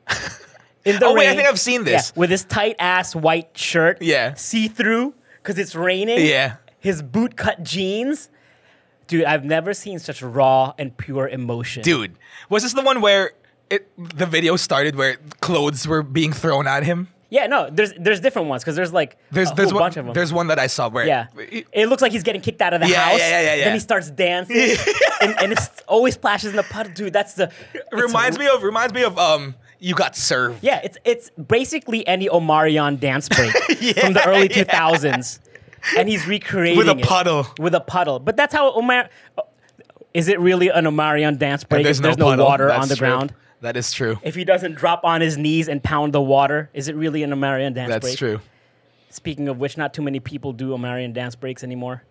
Speaker 1: In the
Speaker 2: Oh, wait, I
Speaker 1: rain.
Speaker 2: think I've seen
Speaker 1: Yeah,
Speaker 2: this.
Speaker 1: with his tight ass white shirt.
Speaker 2: Yeah.
Speaker 1: see through because it's raining.
Speaker 2: Yeah.
Speaker 1: his bootcut jeans. Dude, I've never seen such raw and pure emotion.
Speaker 2: dude was this the one where it, the video started where clothes were being thrown at him
Speaker 1: yeah, no, there's there's different ones because there's like
Speaker 2: There's
Speaker 1: a
Speaker 2: there's
Speaker 1: whole
Speaker 2: one
Speaker 1: bunch of them.
Speaker 2: there's one that I saw where
Speaker 1: Yeah. It looks like he's getting kicked out of the
Speaker 2: Yeah,
Speaker 1: house.
Speaker 2: yeah, yeah, yeah, yeah.
Speaker 1: Then he starts dancing. and, and it's always splashes in the puddle. Dude, that's the. it's-
Speaker 2: reminds me of reminds me of um you got served.
Speaker 1: Yeah, it's it's basically any Omarion dance break from the early
Speaker 2: yeah.
Speaker 1: 2000s. And he's recreating
Speaker 2: With a
Speaker 1: it.
Speaker 2: puddle.
Speaker 1: With a puddle. But that's how Omar. oh, Is it really an Omarion dance break if there's no,
Speaker 2: puddle.
Speaker 1: water
Speaker 2: That's
Speaker 1: on the
Speaker 2: true.
Speaker 1: ground?
Speaker 2: That is true.
Speaker 1: If he doesn't drop on his knees and pound the water, is it really an Omarion dance
Speaker 2: That's
Speaker 1: break?
Speaker 2: true.
Speaker 1: Speaking of which, not too many people do Omarion dance breaks anymore.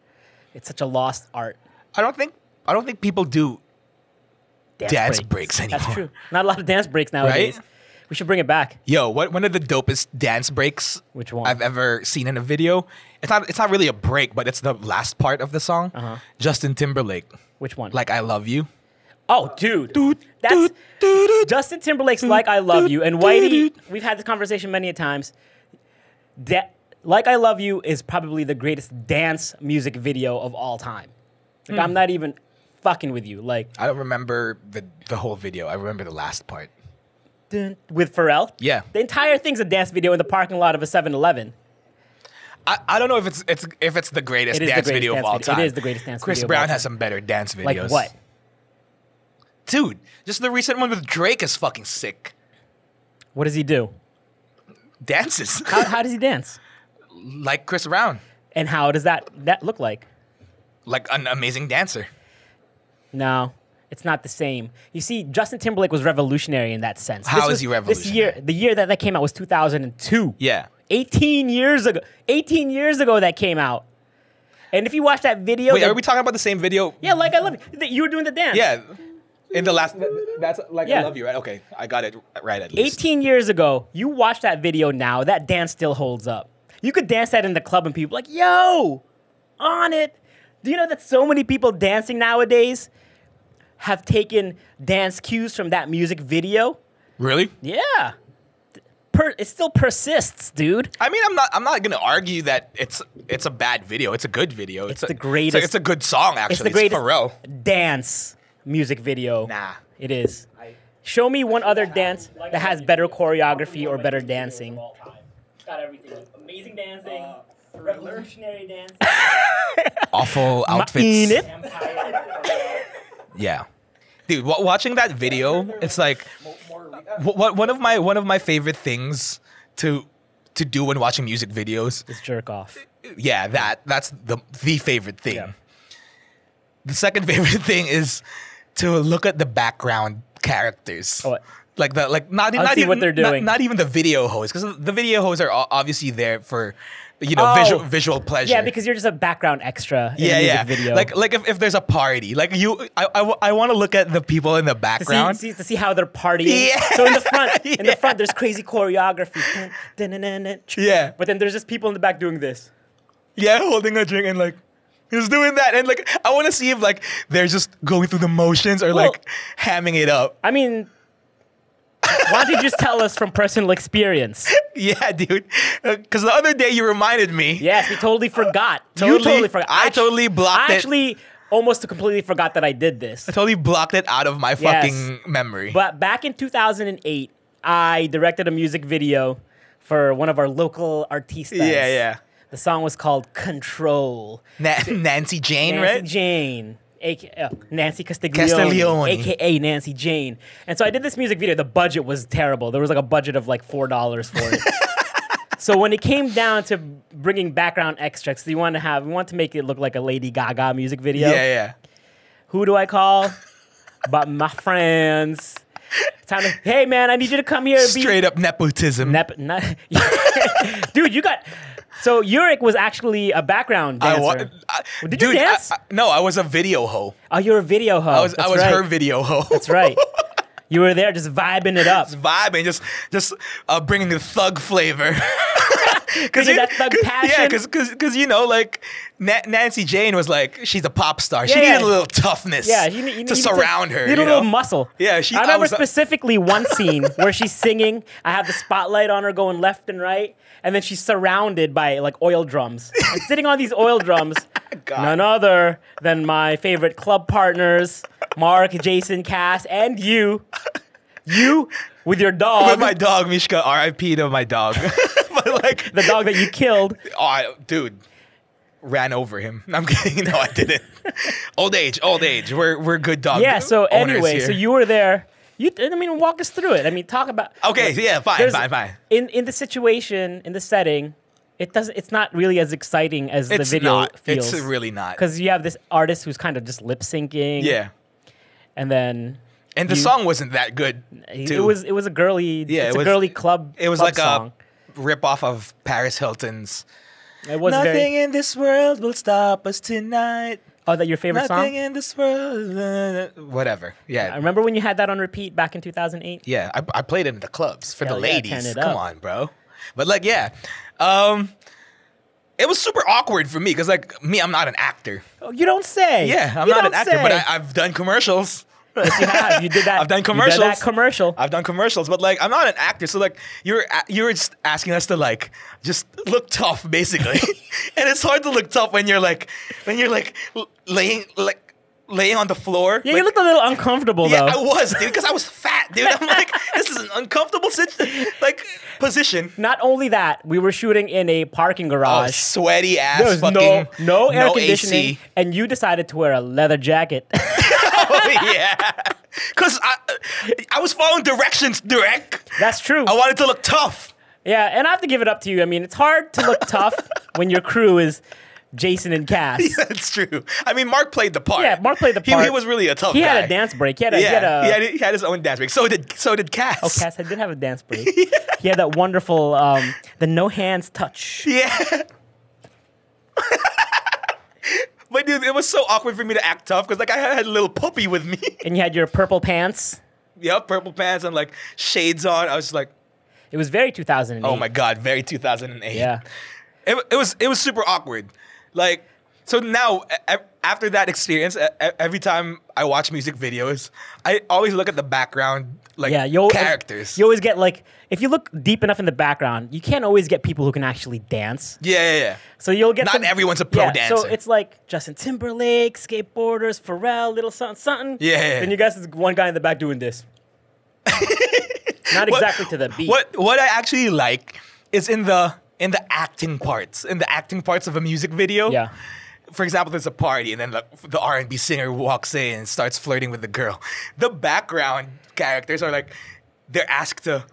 Speaker 1: It's such a lost art.
Speaker 2: I don't think I don't think people do Dance breaks
Speaker 1: That's
Speaker 2: anymore.
Speaker 1: true. Not a lot of dance breaks nowadays.
Speaker 2: Right?
Speaker 1: We should bring it back.
Speaker 2: Yo, what one of the dopest dance breaks
Speaker 1: Which one?
Speaker 2: I've ever seen in a video. It's not it's not really a break, but it's the last part of the song.
Speaker 1: Uh-huh.
Speaker 2: Justin Timberlake,
Speaker 1: Which one?
Speaker 2: like I love you.
Speaker 1: oh, dude, that's
Speaker 2: Doot, doot, doot.
Speaker 1: Justin Timberlake's "Like I Love You" and Whitey. We've had this conversation many a times. Da- "Like I Love You" is probably the greatest dance music video of all time.
Speaker 2: Hmm.
Speaker 1: Like I'm not even fucking with you. Like
Speaker 2: I don't remember the the whole video. I remember the last part.
Speaker 1: dun, with Pharrell.
Speaker 2: Yeah.
Speaker 1: the entire thing's a dance video in the parking lot of a 7-Eleven.
Speaker 2: I, I don't know if it's it's if it's the greatest
Speaker 1: It is the
Speaker 2: dance
Speaker 1: greatest
Speaker 2: video
Speaker 1: dance
Speaker 2: of all
Speaker 1: video. It
Speaker 2: time.
Speaker 1: is the greatest dance
Speaker 2: Chris
Speaker 1: video of all
Speaker 2: Brown
Speaker 1: time.
Speaker 2: has some better dance videos.
Speaker 1: Like what?
Speaker 2: dude? Just the recent one with Drake is fucking sick.
Speaker 1: What does he do?
Speaker 2: Dances
Speaker 1: How, how does he dance?
Speaker 2: like Chris Brown,
Speaker 1: And how does that that look like?
Speaker 2: like an amazing dancer.
Speaker 1: No, it's not the same. You see, Justin Timberlake was revolutionary in that sense.
Speaker 2: How
Speaker 1: This
Speaker 2: is
Speaker 1: was-
Speaker 2: he
Speaker 1: This year, the year that that came out was 2002.
Speaker 2: Yeah,
Speaker 1: 18 years ago. 18 years ago that came out. And if you watch that video,
Speaker 2: wait,
Speaker 1: that-
Speaker 2: are we talking about the same video?
Speaker 1: yeah, like I love you. That You were doing the dance.
Speaker 2: yeah. In the last, that's like
Speaker 1: Yeah.
Speaker 2: I love you, right? Okay, I got it right at least.
Speaker 1: 18 years ago, you watch that video now, that dance still holds up. You could dance that in the club and people like, yo, on it. Do you know that so many people dancing nowadays have taken dance cues from that music video?
Speaker 2: Really?
Speaker 1: Yeah. Per, it still persists, dude.
Speaker 2: I mean, I'm not. I'm not gonna argue that it's it's a bad video. It's a good video. It's,
Speaker 1: the
Speaker 2: a,
Speaker 1: greatest-
Speaker 2: It's, a good song, actually.
Speaker 1: It's the greatest
Speaker 2: Pharrell.
Speaker 1: dance music video.
Speaker 2: Nah.
Speaker 1: It is. Show me one other dance that has better choreography or better dancing. Got everything. Amazing dancing, revolutionary dancing.
Speaker 2: Awful outfits.
Speaker 1: In it.
Speaker 2: Yeah, dude. wa watching that video, it's like wh- wh- one of my one of my favorite things to to do when watching music videos
Speaker 1: It's jerk off.
Speaker 2: yeah, that that's the the favorite thing.
Speaker 1: Yeah.
Speaker 2: The second favorite thing is to look at the background characters.
Speaker 1: Oh, what?
Speaker 2: Like the like not, e-,
Speaker 1: I'll
Speaker 2: not
Speaker 1: see
Speaker 2: even
Speaker 1: what they're
Speaker 2: not-
Speaker 1: doing.
Speaker 2: Not, even the video hosts because the video hosts are o- obviously there for you know
Speaker 1: Oh.
Speaker 2: visual visual pleasure.
Speaker 1: Yeah, because you're just a background extra in a
Speaker 2: yeah,
Speaker 1: music
Speaker 2: yeah.
Speaker 1: video.
Speaker 2: Like like if, if there's a party, like you, I want to look at the people in the
Speaker 1: to
Speaker 2: background.
Speaker 1: see, see, to see how they're partying.
Speaker 2: Yeah.
Speaker 1: So in the front, in
Speaker 2: Yeah.
Speaker 1: the front, there's crazy choreography. Dun, dun, dun, dun, dun.
Speaker 2: Yeah.
Speaker 1: But then there's just people in the back doing this.
Speaker 2: Yeah, holding a drink and like he's doing that and like I want to see if like they're just going through the motions or
Speaker 1: Well-
Speaker 2: like hamming it up.
Speaker 1: I mean, why don't you just tell us from personal experience?
Speaker 2: Yeah, dude. Because the other day you reminded me.
Speaker 1: Yes, we totally forgot. you
Speaker 2: Totally-
Speaker 1: totally forgot.
Speaker 2: I
Speaker 1: actu-
Speaker 2: totally blocked
Speaker 1: I
Speaker 2: it.
Speaker 1: actually almost completely forgot that I did this.
Speaker 2: Totally blocked it out of my fucking memory.
Speaker 1: But back in 2008, I directed a music video for one of our local artistas.
Speaker 2: Yeah, yeah.
Speaker 1: The song was called Control.
Speaker 2: Na- Nancy Jane,
Speaker 1: Nancy
Speaker 2: right?
Speaker 1: Jane, aka uh, Nancy Castiglione,
Speaker 2: Castiglione.
Speaker 1: aka Nancy Jane. And so I did this music video. The budget was terrible. There was like a budget of like four dollars for it. so when it came down to bringing background extracts, you want to have, you want to make it look like a Lady Gaga music video.
Speaker 2: yeah, yeah.
Speaker 1: Who do I call? but my friends. Time to, hey man, I need you to come here and be
Speaker 2: Straight up nepotism.
Speaker 1: Nep- not- dude, you got. So Yurik was actually a background
Speaker 2: I
Speaker 1: dancer.
Speaker 2: wa- I-
Speaker 1: Did you
Speaker 2: dude, I-
Speaker 1: dance?
Speaker 2: I- no, I was a video hoe.
Speaker 1: oh, you're a video hoe.
Speaker 2: I was I was her video hoe.
Speaker 1: That's right. You were there just vibing it up.
Speaker 2: vibe and just just uh, bringing the thug flavor. Because
Speaker 1: Bringing that thug
Speaker 2: yeah,
Speaker 1: passion.
Speaker 2: because because you know, like Na- Nancy Jane was like, she's a pop star. she
Speaker 1: Yeah,
Speaker 2: needed
Speaker 1: yeah.
Speaker 2: a little toughness.
Speaker 1: Yeah, you, ne- you need
Speaker 2: to surround her.
Speaker 1: Need a
Speaker 2: you
Speaker 1: little
Speaker 2: know?
Speaker 1: muscle.
Speaker 2: Yeah, she-
Speaker 1: I
Speaker 2: I
Speaker 1: remember
Speaker 2: was uh, a-
Speaker 1: specifically one scene where she's singing. I have the spotlight on her, going left and right, and then she's surrounded by like oil drums. And sitting on these oil drums,
Speaker 2: God.
Speaker 1: none other than my favorite club partners, Mark, Jason, Cass, and you. You with your dog,
Speaker 2: With my dog Mishka, R.I.P. to my dog. but like,
Speaker 1: the dog that you killed.
Speaker 2: oh, I- dude. Ran over him. I'm kidding. No, I didn't. old age, old age. We're we're good dog.
Speaker 1: Yeah. So
Speaker 2: owners
Speaker 1: anyway,
Speaker 2: here.
Speaker 1: so you were there. You, I mean, walk us through it. I mean, talk about.
Speaker 2: Okay,
Speaker 1: like,
Speaker 2: yeah, fine,
Speaker 1: there's-
Speaker 2: fine, fine.
Speaker 1: In in the situation, in the setting, it doesn't. It's not really as exciting as
Speaker 2: It's
Speaker 1: the video
Speaker 2: not.
Speaker 1: feels.
Speaker 2: It's really not.
Speaker 1: because you have this artist who's kind of just lip syncing.
Speaker 2: Yeah,
Speaker 1: And then
Speaker 2: and the
Speaker 1: You-
Speaker 2: song wasn't that good.
Speaker 1: it
Speaker 2: too.
Speaker 1: was it was a girly.
Speaker 2: Yeah,
Speaker 1: it's
Speaker 2: it
Speaker 1: a
Speaker 2: was-
Speaker 1: girly club.
Speaker 2: It was
Speaker 1: club
Speaker 2: like
Speaker 1: song.
Speaker 2: a rip off of Paris Hilton's.
Speaker 1: It was
Speaker 2: nothing
Speaker 1: very.
Speaker 2: in this world will stop us tonight.
Speaker 1: Oh, that your favorite
Speaker 2: Nothing
Speaker 1: song?
Speaker 2: in this world. uh, Whatever.
Speaker 1: I
Speaker 2: Yeah.
Speaker 1: remember when you had that on repeat back in 2008.
Speaker 2: Yeah. I, I played it in the clubs for
Speaker 1: Hell
Speaker 2: the
Speaker 1: yeah, turn
Speaker 2: ladies.
Speaker 1: it up.
Speaker 2: Come on, bro. But like, yeah. Um, it was super awkward for me because, like, me, I'm not an actor.
Speaker 1: Oh, you don't say.
Speaker 2: Yeah, I'm
Speaker 1: You
Speaker 2: not an
Speaker 1: don't
Speaker 2: actor, but
Speaker 1: say.
Speaker 2: I, I've done commercials.
Speaker 1: you have. You did that.
Speaker 2: I've done
Speaker 1: You did that
Speaker 2: commercials.
Speaker 1: commercial.
Speaker 2: I've done commercials, but like I'm not an actor, so like you're a- you're just asking us to like just look tough, basically. and it's hard to look tough when you're like when you're like l- laying like laying on the floor.
Speaker 1: yeah,
Speaker 2: like,
Speaker 1: you looked a little uncomfortable
Speaker 2: yeah, I
Speaker 1: though.
Speaker 2: was, dude, because I was fat, dude. I'm like, this is an uncomfortable sit- like position.
Speaker 1: Not only that, we were shooting in a parking
Speaker 2: Oh,
Speaker 1: garage.
Speaker 2: sweaty ass.
Speaker 1: There was no
Speaker 2: fucking,
Speaker 1: no air conditioning,
Speaker 2: AC.
Speaker 1: and you decided to wear a leather jacket.
Speaker 2: oh yeah, because I I was following directions, Derek.
Speaker 1: That's true.
Speaker 2: I wanted to look tough.
Speaker 1: yeah, and I have to give it up to you. I mean, it's hard to look tough when your crew is Jason and Cass.
Speaker 2: That's true. I mean, Mark played the part.
Speaker 1: Yeah, Mark played the
Speaker 2: He- He,
Speaker 1: part.
Speaker 2: was really a tough
Speaker 1: He
Speaker 2: guy.
Speaker 1: had a dance break. He had a,
Speaker 2: Yeah,
Speaker 1: he had a
Speaker 2: he, had, he had his own dance break. So did so did Cass.
Speaker 1: oh, Cass did have a dance break. He had that wonderful um, the no hands touch.
Speaker 2: Yeah. but dude, it was so awkward for me to act tough because like I had a little puppy with me.
Speaker 1: And you had your purple pants.
Speaker 2: yep, purple pants and like shades on. I was just like,
Speaker 1: It was very 2008.
Speaker 2: oh my god, very 2008.
Speaker 1: Yeah.
Speaker 2: It, it was it was super awkward. Like so now a- a- after that experience, e- e- every time I watch music videos, I always look at the background like
Speaker 1: Yeah, you al-
Speaker 2: characters.
Speaker 1: You always get like if you look deep enough in the background, you can't always get people who can actually dance.
Speaker 2: yeah, yeah, yeah.
Speaker 1: So you'll get
Speaker 2: Not
Speaker 1: some-
Speaker 2: everyone's a pro
Speaker 1: yeah, So
Speaker 2: dancer.
Speaker 1: it's like Justin Timberlake, skateboarders, Pharrell, little something, something.
Speaker 2: Yeah, yeah, yeah.
Speaker 1: Then you guys is one guy in the back doing this. Not exactly to the beat.
Speaker 2: What what I actually like is in the in the acting parts, in the acting parts of a music video.
Speaker 1: Yeah.
Speaker 2: For example, there's a party, and then the, the R and B singer walks in and starts flirting with the girl. The background characters are like, they're asked to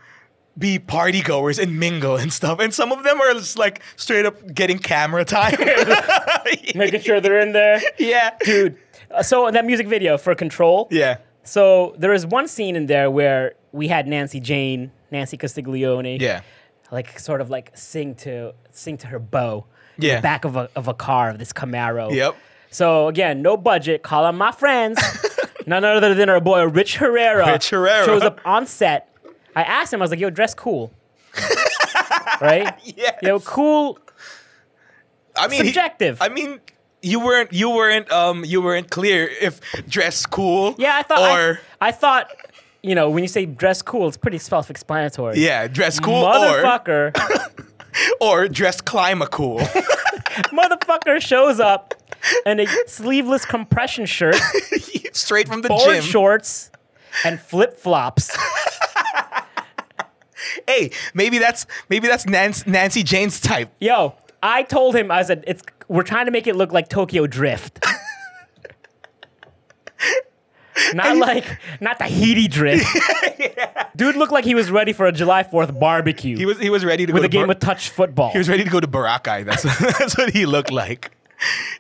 Speaker 2: be party goers and mingle and stuff. And some of them are just like straight up getting camera time.
Speaker 1: making sure they're in there.
Speaker 2: yeah.
Speaker 1: Dude, uh, so in that music video for Control,
Speaker 2: Yeah.
Speaker 1: so there is one scene in there where we had Nancy Jane, Nancy Castiglione,
Speaker 2: Yeah.
Speaker 1: like sort of like sing to sing to her bow in
Speaker 2: Yeah.
Speaker 1: the back of a, of a car of this Camaro.
Speaker 2: Yep.
Speaker 1: So again, no budget. Call on my friends. None other than our boy Rich Herrera.
Speaker 2: Rich Herrera.
Speaker 1: shows up on set. I asked him. I was like, "Yo, dress cool." right?
Speaker 2: Yes.
Speaker 1: Yo, cool.
Speaker 2: I mean, he-
Speaker 1: Subjective.
Speaker 2: I mean, you weren't you weren't um you weren't clear if dress cool.
Speaker 1: Yeah, I thought.
Speaker 2: or
Speaker 1: I, I thought. You know, when you say dress cool, it's pretty self-explanatory.
Speaker 2: yeah, dress cool or
Speaker 1: Motherfucker.
Speaker 2: or dress clima cool.
Speaker 1: motherfucker shows up in a sleeveless compression shirt,
Speaker 2: Straight from the
Speaker 1: board
Speaker 2: gym.
Speaker 1: shorts, and flip flops.
Speaker 2: Hey, maybe that's maybe that's Nancy, Nancy Jane's type.
Speaker 1: Yo, I told him, I said, it's we're trying to make it look like Tokyo Drift. Not like, not Tahiti drift. Dude looked like he was ready for a July 4th barbecue
Speaker 2: He was he was ready to
Speaker 1: with
Speaker 2: go
Speaker 1: a
Speaker 2: to
Speaker 1: game
Speaker 2: Bur-
Speaker 1: of touch football.
Speaker 2: He was ready to go to Barakai. That's that's what he looked like,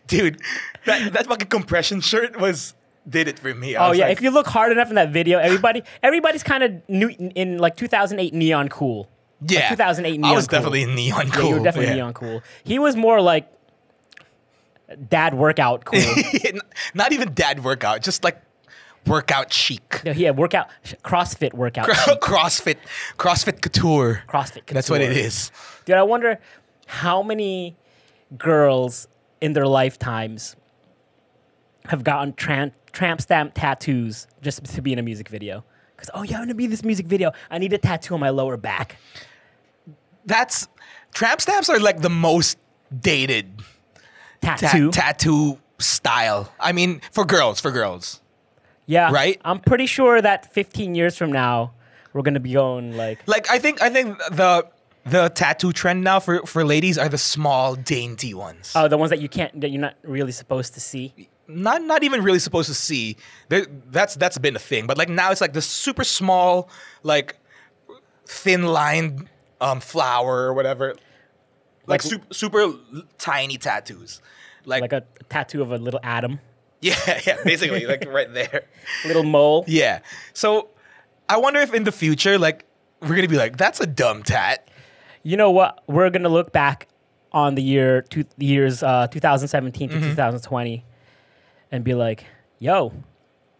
Speaker 2: dude. That that fucking compression shirt was did it for me. I
Speaker 1: oh
Speaker 2: was
Speaker 1: yeah,
Speaker 2: like,
Speaker 1: if you look hard enough in that video, everybody, everybody's kind of new in like 2008 neon cool. Like,
Speaker 2: yeah,
Speaker 1: 2008
Speaker 2: I
Speaker 1: neon
Speaker 2: was
Speaker 1: cool.
Speaker 2: definitely neon cool.
Speaker 1: Yeah, you were definitely
Speaker 2: yeah.
Speaker 1: neon cool. He was more like dad workout cool.
Speaker 2: Not even dad workout, just like workout chic.
Speaker 1: no, he had workout, CrossFit workout,
Speaker 2: CrossFit, CrossFit couture.
Speaker 1: CrossFit.
Speaker 2: That's what it
Speaker 1: couture.
Speaker 2: is.
Speaker 1: dude. I wonder how many girls in their lifetimes have gotten tramp, tramp stamp tattoos just to be in a music video. Because oh yeah, I'm gonna be in this music video. I need a tattoo on my lower back.
Speaker 2: That's tramp stamps are like the most dated ta-
Speaker 1: Tattoo.
Speaker 2: tattoo style. I mean, for girls, for girls.
Speaker 1: yeah.
Speaker 2: right?
Speaker 1: I'm pretty sure that 15 years from now, we're gonna be going like
Speaker 2: Like I think I think the the tattoo trend now for for ladies are the small dainty ones.
Speaker 1: oh the ones that you can't that you're not really supposed to see.
Speaker 2: not not even really supposed to see. There, that's that's been a thing, but like now it's like the super small, like thin lined um, flower or whatever,
Speaker 1: Like-
Speaker 2: like, sup- super, l- tiny tattoos, like,
Speaker 1: like a tattoo of a little atom,
Speaker 2: yeah, yeah, basically like right there,
Speaker 1: little mole.
Speaker 2: yeah. So I wonder if in the future, like we're gonna be like, that's a dumb tat.
Speaker 1: You know what? We're gonna look back on the year two the years uh, 2017 to
Speaker 2: Mm-hmm.
Speaker 1: 2020 and be like, "Yo,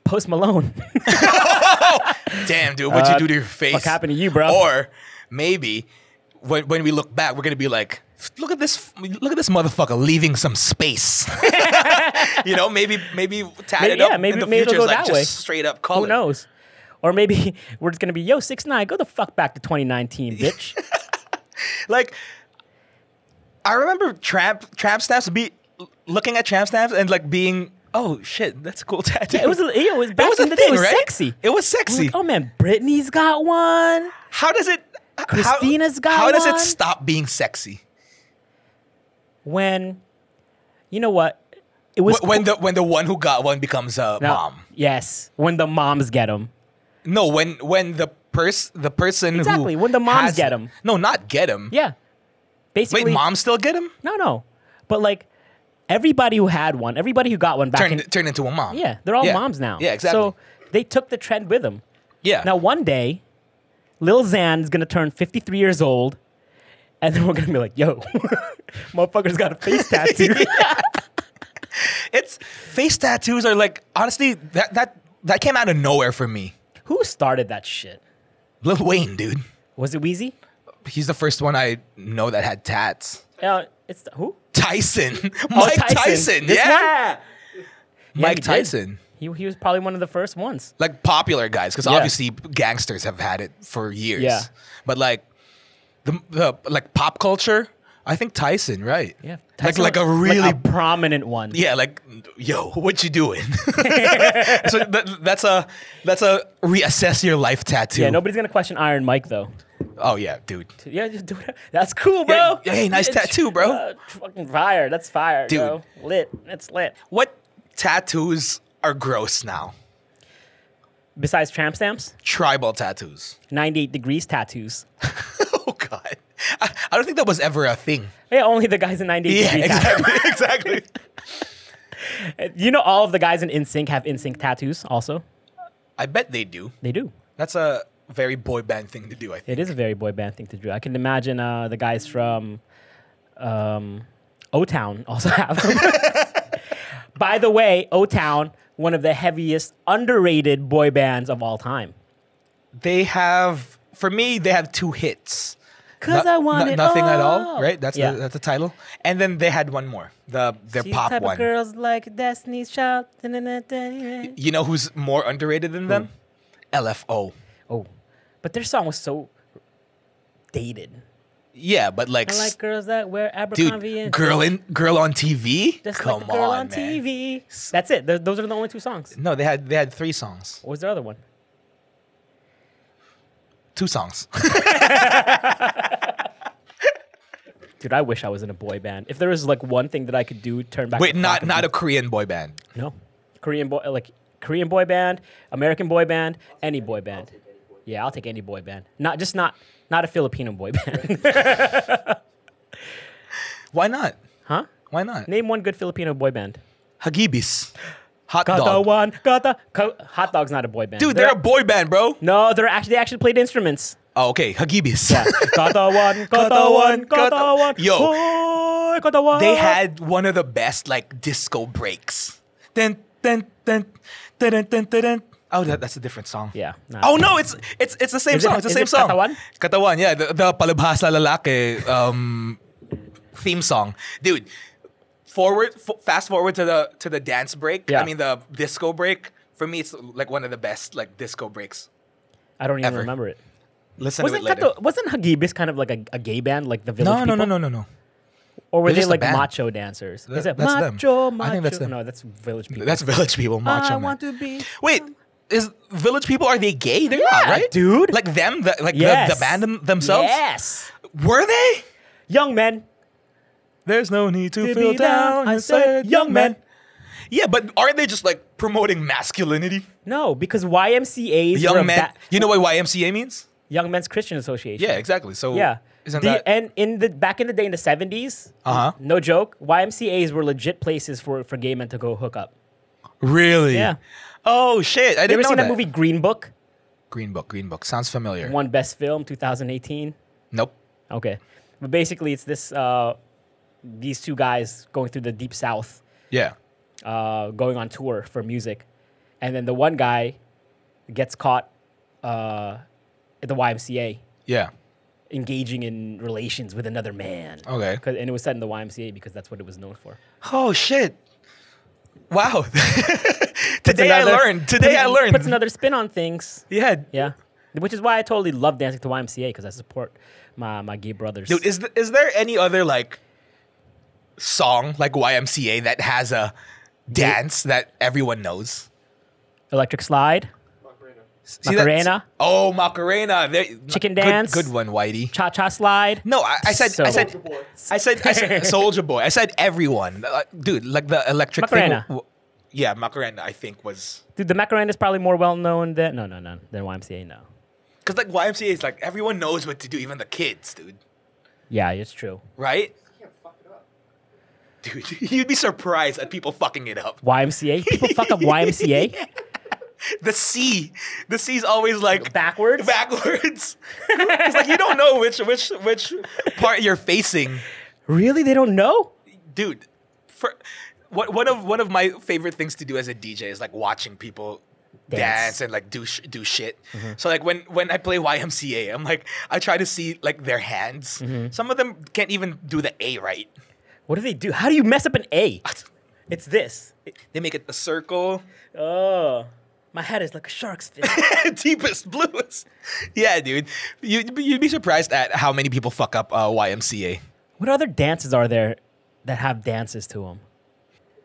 Speaker 1: Post Malone,
Speaker 2: Damn, dude, what'd you do to your face?
Speaker 1: Uh, fuck happened to you, bro?
Speaker 2: Or maybe when, when we look back, we're gonna be like, look at this, look at this motherfucker leaving some space. you know, maybe maybe tat
Speaker 1: Maybe-
Speaker 2: it up
Speaker 1: yeah, maybe-
Speaker 2: in the
Speaker 1: maybe it'll
Speaker 2: future
Speaker 1: go
Speaker 2: is like
Speaker 1: that
Speaker 2: just
Speaker 1: way.
Speaker 2: straight up color.
Speaker 1: who knows?" Or maybe we're just gonna be, "Yo, six nine, go the fuck back to 2019, bitch."
Speaker 2: Like, I remember tramp tramp stamps be looking at tramp stamps and like being, oh shit, that's a cool tattoo.
Speaker 1: it was, it was back
Speaker 2: a
Speaker 1: in the day. It was
Speaker 2: right?
Speaker 1: sexy.
Speaker 2: It was
Speaker 1: I was
Speaker 2: sexy.
Speaker 1: like, oh man, Britney's got one.
Speaker 2: How does it? how-
Speaker 1: Christina's got
Speaker 2: How does it
Speaker 1: one.
Speaker 2: stop being sexy?
Speaker 1: When, you know what? It was
Speaker 2: Wh- when the when the one who got one becomes a
Speaker 1: cool-
Speaker 2: mom.
Speaker 1: Yes, when the moms get them.
Speaker 2: No, when when the pers the person
Speaker 1: Exactly,
Speaker 2: who
Speaker 1: when the moms
Speaker 2: has-
Speaker 1: get 'em.
Speaker 2: No, not get him.
Speaker 1: Yeah,
Speaker 2: Wait,
Speaker 1: basically.
Speaker 2: moms still get him?
Speaker 1: No, no. But like everybody who had one, everybody who got one back
Speaker 2: Turn
Speaker 1: in,
Speaker 2: turn into a mom.
Speaker 1: yeah, they're all moms now.
Speaker 2: Yeah, exactly.
Speaker 1: So they took the trend with them.
Speaker 2: yeah.
Speaker 1: Now one day, Lil Xan is gonna turn 53 years old, and then we're gonna be like, "Yo, motherfucker's got a face tattoo."
Speaker 2: it's face tattoos are like honestly that that that came out of nowhere for me.
Speaker 1: who started that shit?
Speaker 2: Lil Wayne, dude.
Speaker 1: Was it Wheezy?
Speaker 2: He's the first one I know that had tats.
Speaker 1: Uh, it's who?
Speaker 2: Tyson. Mike Tyson.
Speaker 1: Oh, Tyson. This
Speaker 2: Yeah.
Speaker 1: Yeah, he
Speaker 2: Mike
Speaker 1: did.
Speaker 2: Tyson.
Speaker 1: He he was probably one of the first ones.
Speaker 2: like popular guys because
Speaker 1: Yeah.
Speaker 2: obviously gangsters have had it for years
Speaker 1: Yeah.
Speaker 2: but like the, the like pop culture i think tyson right
Speaker 1: Yeah, Tyson
Speaker 2: like like a
Speaker 1: was-
Speaker 2: really
Speaker 1: prominent one.
Speaker 2: yeah like yo what you doing so that, that's a that's a reassess your life tattoo
Speaker 1: Yeah, nobody's gonna question Iron Mike though.
Speaker 2: oh yeah dude
Speaker 1: Yeah, just do it. That's cool,
Speaker 2: Yeah,
Speaker 1: bro.
Speaker 2: hey, nice
Speaker 1: Yeah,
Speaker 2: tattoo, bro.
Speaker 1: uh, fucking fire. That's fire,
Speaker 2: Dude.
Speaker 1: bro. Lit. It's lit.
Speaker 2: what tattoos are gross now
Speaker 1: besides tramp stamps,
Speaker 2: Tribal tattoos.
Speaker 1: 98 degrees tattoos.
Speaker 2: oh God, I, I don't think that was ever a thing.
Speaker 1: Yeah, only the guys in 98
Speaker 2: Yeah,
Speaker 1: degrees
Speaker 2: exactly, exactly.
Speaker 1: tattoos. You know, all of the guys in NSYNC have NSYNC tattoos also.
Speaker 2: I bet they do.
Speaker 1: They do.
Speaker 2: That's a very boy band thing to do. I
Speaker 1: It
Speaker 2: think.
Speaker 1: is a very boy band thing to do. I can imagine uh, the guys from um, O Town also have them. By the way, O Town, one of the heaviest, underrated boy bands of all time.
Speaker 2: They have, for me, they have two hits.
Speaker 1: Cause
Speaker 2: No-
Speaker 1: I want
Speaker 2: no-
Speaker 1: it
Speaker 2: nothing
Speaker 1: all.
Speaker 2: at all, right? That's
Speaker 1: Yeah.
Speaker 2: the, that's the title. And then they had one more, the their
Speaker 1: These
Speaker 2: pop
Speaker 1: type
Speaker 2: one.
Speaker 1: of girls like Destiny's Child. da-na-na-na-na.
Speaker 2: You know who's more underrated than them? LFO.
Speaker 1: Oh, but their song was so dated.
Speaker 2: Yeah, but like,
Speaker 1: I
Speaker 2: s-
Speaker 1: like girls that wear Abercrombie
Speaker 2: dude,
Speaker 1: and
Speaker 2: girl in girl on TV.
Speaker 1: just
Speaker 2: Come
Speaker 1: like the girl on,
Speaker 2: man.
Speaker 1: TV. That's it. Th- Those are the only two songs.
Speaker 2: No, they had they had three songs,
Speaker 1: What was their other one?
Speaker 2: two songs.
Speaker 1: Dude, I wish I was in a boy band. If there was like one thing that I could do, turn back.
Speaker 2: Wait,
Speaker 1: the
Speaker 2: not
Speaker 1: clock
Speaker 2: not a
Speaker 1: and
Speaker 2: Korean boy band.
Speaker 1: do- no Korean boy like Korean boy band, American boy band, any boy band. Yeah, I'll take any boy band. Not just not not a Filipino boy band,
Speaker 2: Why not?
Speaker 1: huh?
Speaker 2: Why not?
Speaker 1: Name one good Filipino boy band.
Speaker 2: Hagibis, hot
Speaker 1: Kata
Speaker 2: dog.
Speaker 1: one, kata. Ka- Hot dog's not a boy band,
Speaker 2: Dude, they're a boy band, bro.
Speaker 1: no, they're actually they actually played instruments.
Speaker 2: Oh, okay, Hagibis.
Speaker 1: Katawan,
Speaker 2: Katawan,
Speaker 1: katawan, katawan.
Speaker 2: Yo.
Speaker 1: Hoy, katawan.
Speaker 2: they had one of the best like disco breaks. Dun, dun, dun, dun, dun, dun, dun, dun. Oh, that, that's a different song.
Speaker 1: Yeah, nah.
Speaker 2: Oh no, it's it's it's the same
Speaker 1: Is it-
Speaker 2: song. it's the
Speaker 1: is
Speaker 2: same
Speaker 1: it
Speaker 2: song.
Speaker 1: Katawan?
Speaker 2: Katawan, yeah, the, the palabhasa lalaki um, theme song, dude. Forward, f- fast forward to the to the dance break.
Speaker 1: Yeah.
Speaker 2: I mean the disco break. For me, it's like one of the best like disco breaks.
Speaker 1: I don't even
Speaker 2: ever.
Speaker 1: remember it.
Speaker 2: Listen
Speaker 1: Wasn't
Speaker 2: to it later.
Speaker 1: Kato, wasn't Hagibis kind of like a, a gay band, like the Village
Speaker 2: no, no,
Speaker 1: People?
Speaker 2: no, no, no, no.
Speaker 1: Or were
Speaker 2: They're
Speaker 1: they
Speaker 2: just a
Speaker 1: like
Speaker 2: band.
Speaker 1: macho dancers? Is
Speaker 2: That-
Speaker 1: it
Speaker 2: that's them.
Speaker 1: macho, macho?
Speaker 2: I think that's them.
Speaker 1: No, that's Village People.
Speaker 2: That's village people. Macho
Speaker 1: Uh, I
Speaker 2: Man.
Speaker 1: want to be.
Speaker 2: Wait, is village people are they gay? They're not,
Speaker 1: Yeah,
Speaker 2: right?
Speaker 1: dude.
Speaker 2: Like them, the, like
Speaker 1: Yes.
Speaker 2: the, the band them- themselves.
Speaker 1: Yes.
Speaker 2: Were they?
Speaker 1: Young men.
Speaker 2: There's no need to,
Speaker 1: To
Speaker 2: feel
Speaker 1: be down,
Speaker 2: down.
Speaker 1: I
Speaker 2: I
Speaker 1: said,
Speaker 2: said, young
Speaker 1: young
Speaker 2: man. Yeah, but aren't they just like promoting masculinity?
Speaker 1: No, because YMCA's were a
Speaker 2: Young men.
Speaker 1: ba-
Speaker 2: You know what YMCA means?
Speaker 1: young Men's Christian Association.
Speaker 2: Yeah, exactly. So
Speaker 1: Yeah.
Speaker 2: isn't
Speaker 1: The-
Speaker 2: that?
Speaker 1: and in the back in the day in the 70s,
Speaker 2: Uh-huh.
Speaker 1: no joke, YMCA's were legit places for, for gay men to go hook up.
Speaker 2: really?
Speaker 1: Yeah.
Speaker 2: Oh shit! I
Speaker 1: You ever
Speaker 2: didn't know
Speaker 1: seen
Speaker 2: that.
Speaker 1: that movie Green Book?
Speaker 2: Green Book. Green Book sounds familiar.
Speaker 1: One Best Film 2018.
Speaker 2: Nope.
Speaker 1: Okay. But basically, it's this uh, these two guys going through the deep south,
Speaker 2: Yeah.
Speaker 1: uh, going on tour for music. And then the one guy gets caught uh, at the YMCA
Speaker 2: Yeah.
Speaker 1: engaging in relations with another man.
Speaker 2: Okay.
Speaker 1: 'Cause- And it was set in the YMCA because that's what it was known for.
Speaker 2: Oh shit! Wow. Today I
Speaker 1: Another-
Speaker 2: learned. Today I
Speaker 1: puts-
Speaker 2: learned.
Speaker 1: Puts another spin on things.
Speaker 2: yeah.
Speaker 1: Yeah. Which is why I totally love dancing to YMCA because I support my, my gay brothers.
Speaker 2: Dude, is th- is there any other like song like YMCA that has a dance that everyone knows?
Speaker 1: Electric Slide,
Speaker 2: See that-
Speaker 1: Macarena?
Speaker 2: Oh, Macarena. There-
Speaker 1: Chicken
Speaker 2: good-
Speaker 1: dance?
Speaker 2: Good one, Whitey.
Speaker 1: Cha Cha Slide.
Speaker 2: No, I, I said, I
Speaker 1: So-
Speaker 2: said, I said, I said, Soldier Boy. I said everyone, Uh, dude. Like the electric
Speaker 1: Macarena.
Speaker 2: thing. w- yeah, Macarena. I think was
Speaker 1: Dude, the Macarena is probably more well known than no, no, no, than YMCA. No.
Speaker 2: because like YMCA is like everyone knows what to do, even the kids, dude.
Speaker 1: Yeah, it's true.
Speaker 2: Right? Dude, you'd be surprised at people fucking it up.
Speaker 1: YMCA. People fuck up YMCA
Speaker 2: The C, the C's always like
Speaker 1: backwards.
Speaker 2: backwards. it's like you don't know which which which part you're facing,
Speaker 1: Really? They don't know?
Speaker 2: dude. For what one of one of my favorite things to do as a DJ is like watching people dance, Mm-hmm.
Speaker 1: Dance.
Speaker 2: and like do sh- do shit. So like when when I play YMCA, I'm like I try to see like their hands. Some of them can't even do the A right.
Speaker 1: What do they do? How do you mess up an A? It's this.
Speaker 2: They make it the circle,
Speaker 1: Oh, my head is like a shark's fin.
Speaker 2: deepest bluest. Yeah, dude. You you'd be surprised at how many people fuck up uh, YMCA.
Speaker 1: what other dances are there that have dances to them?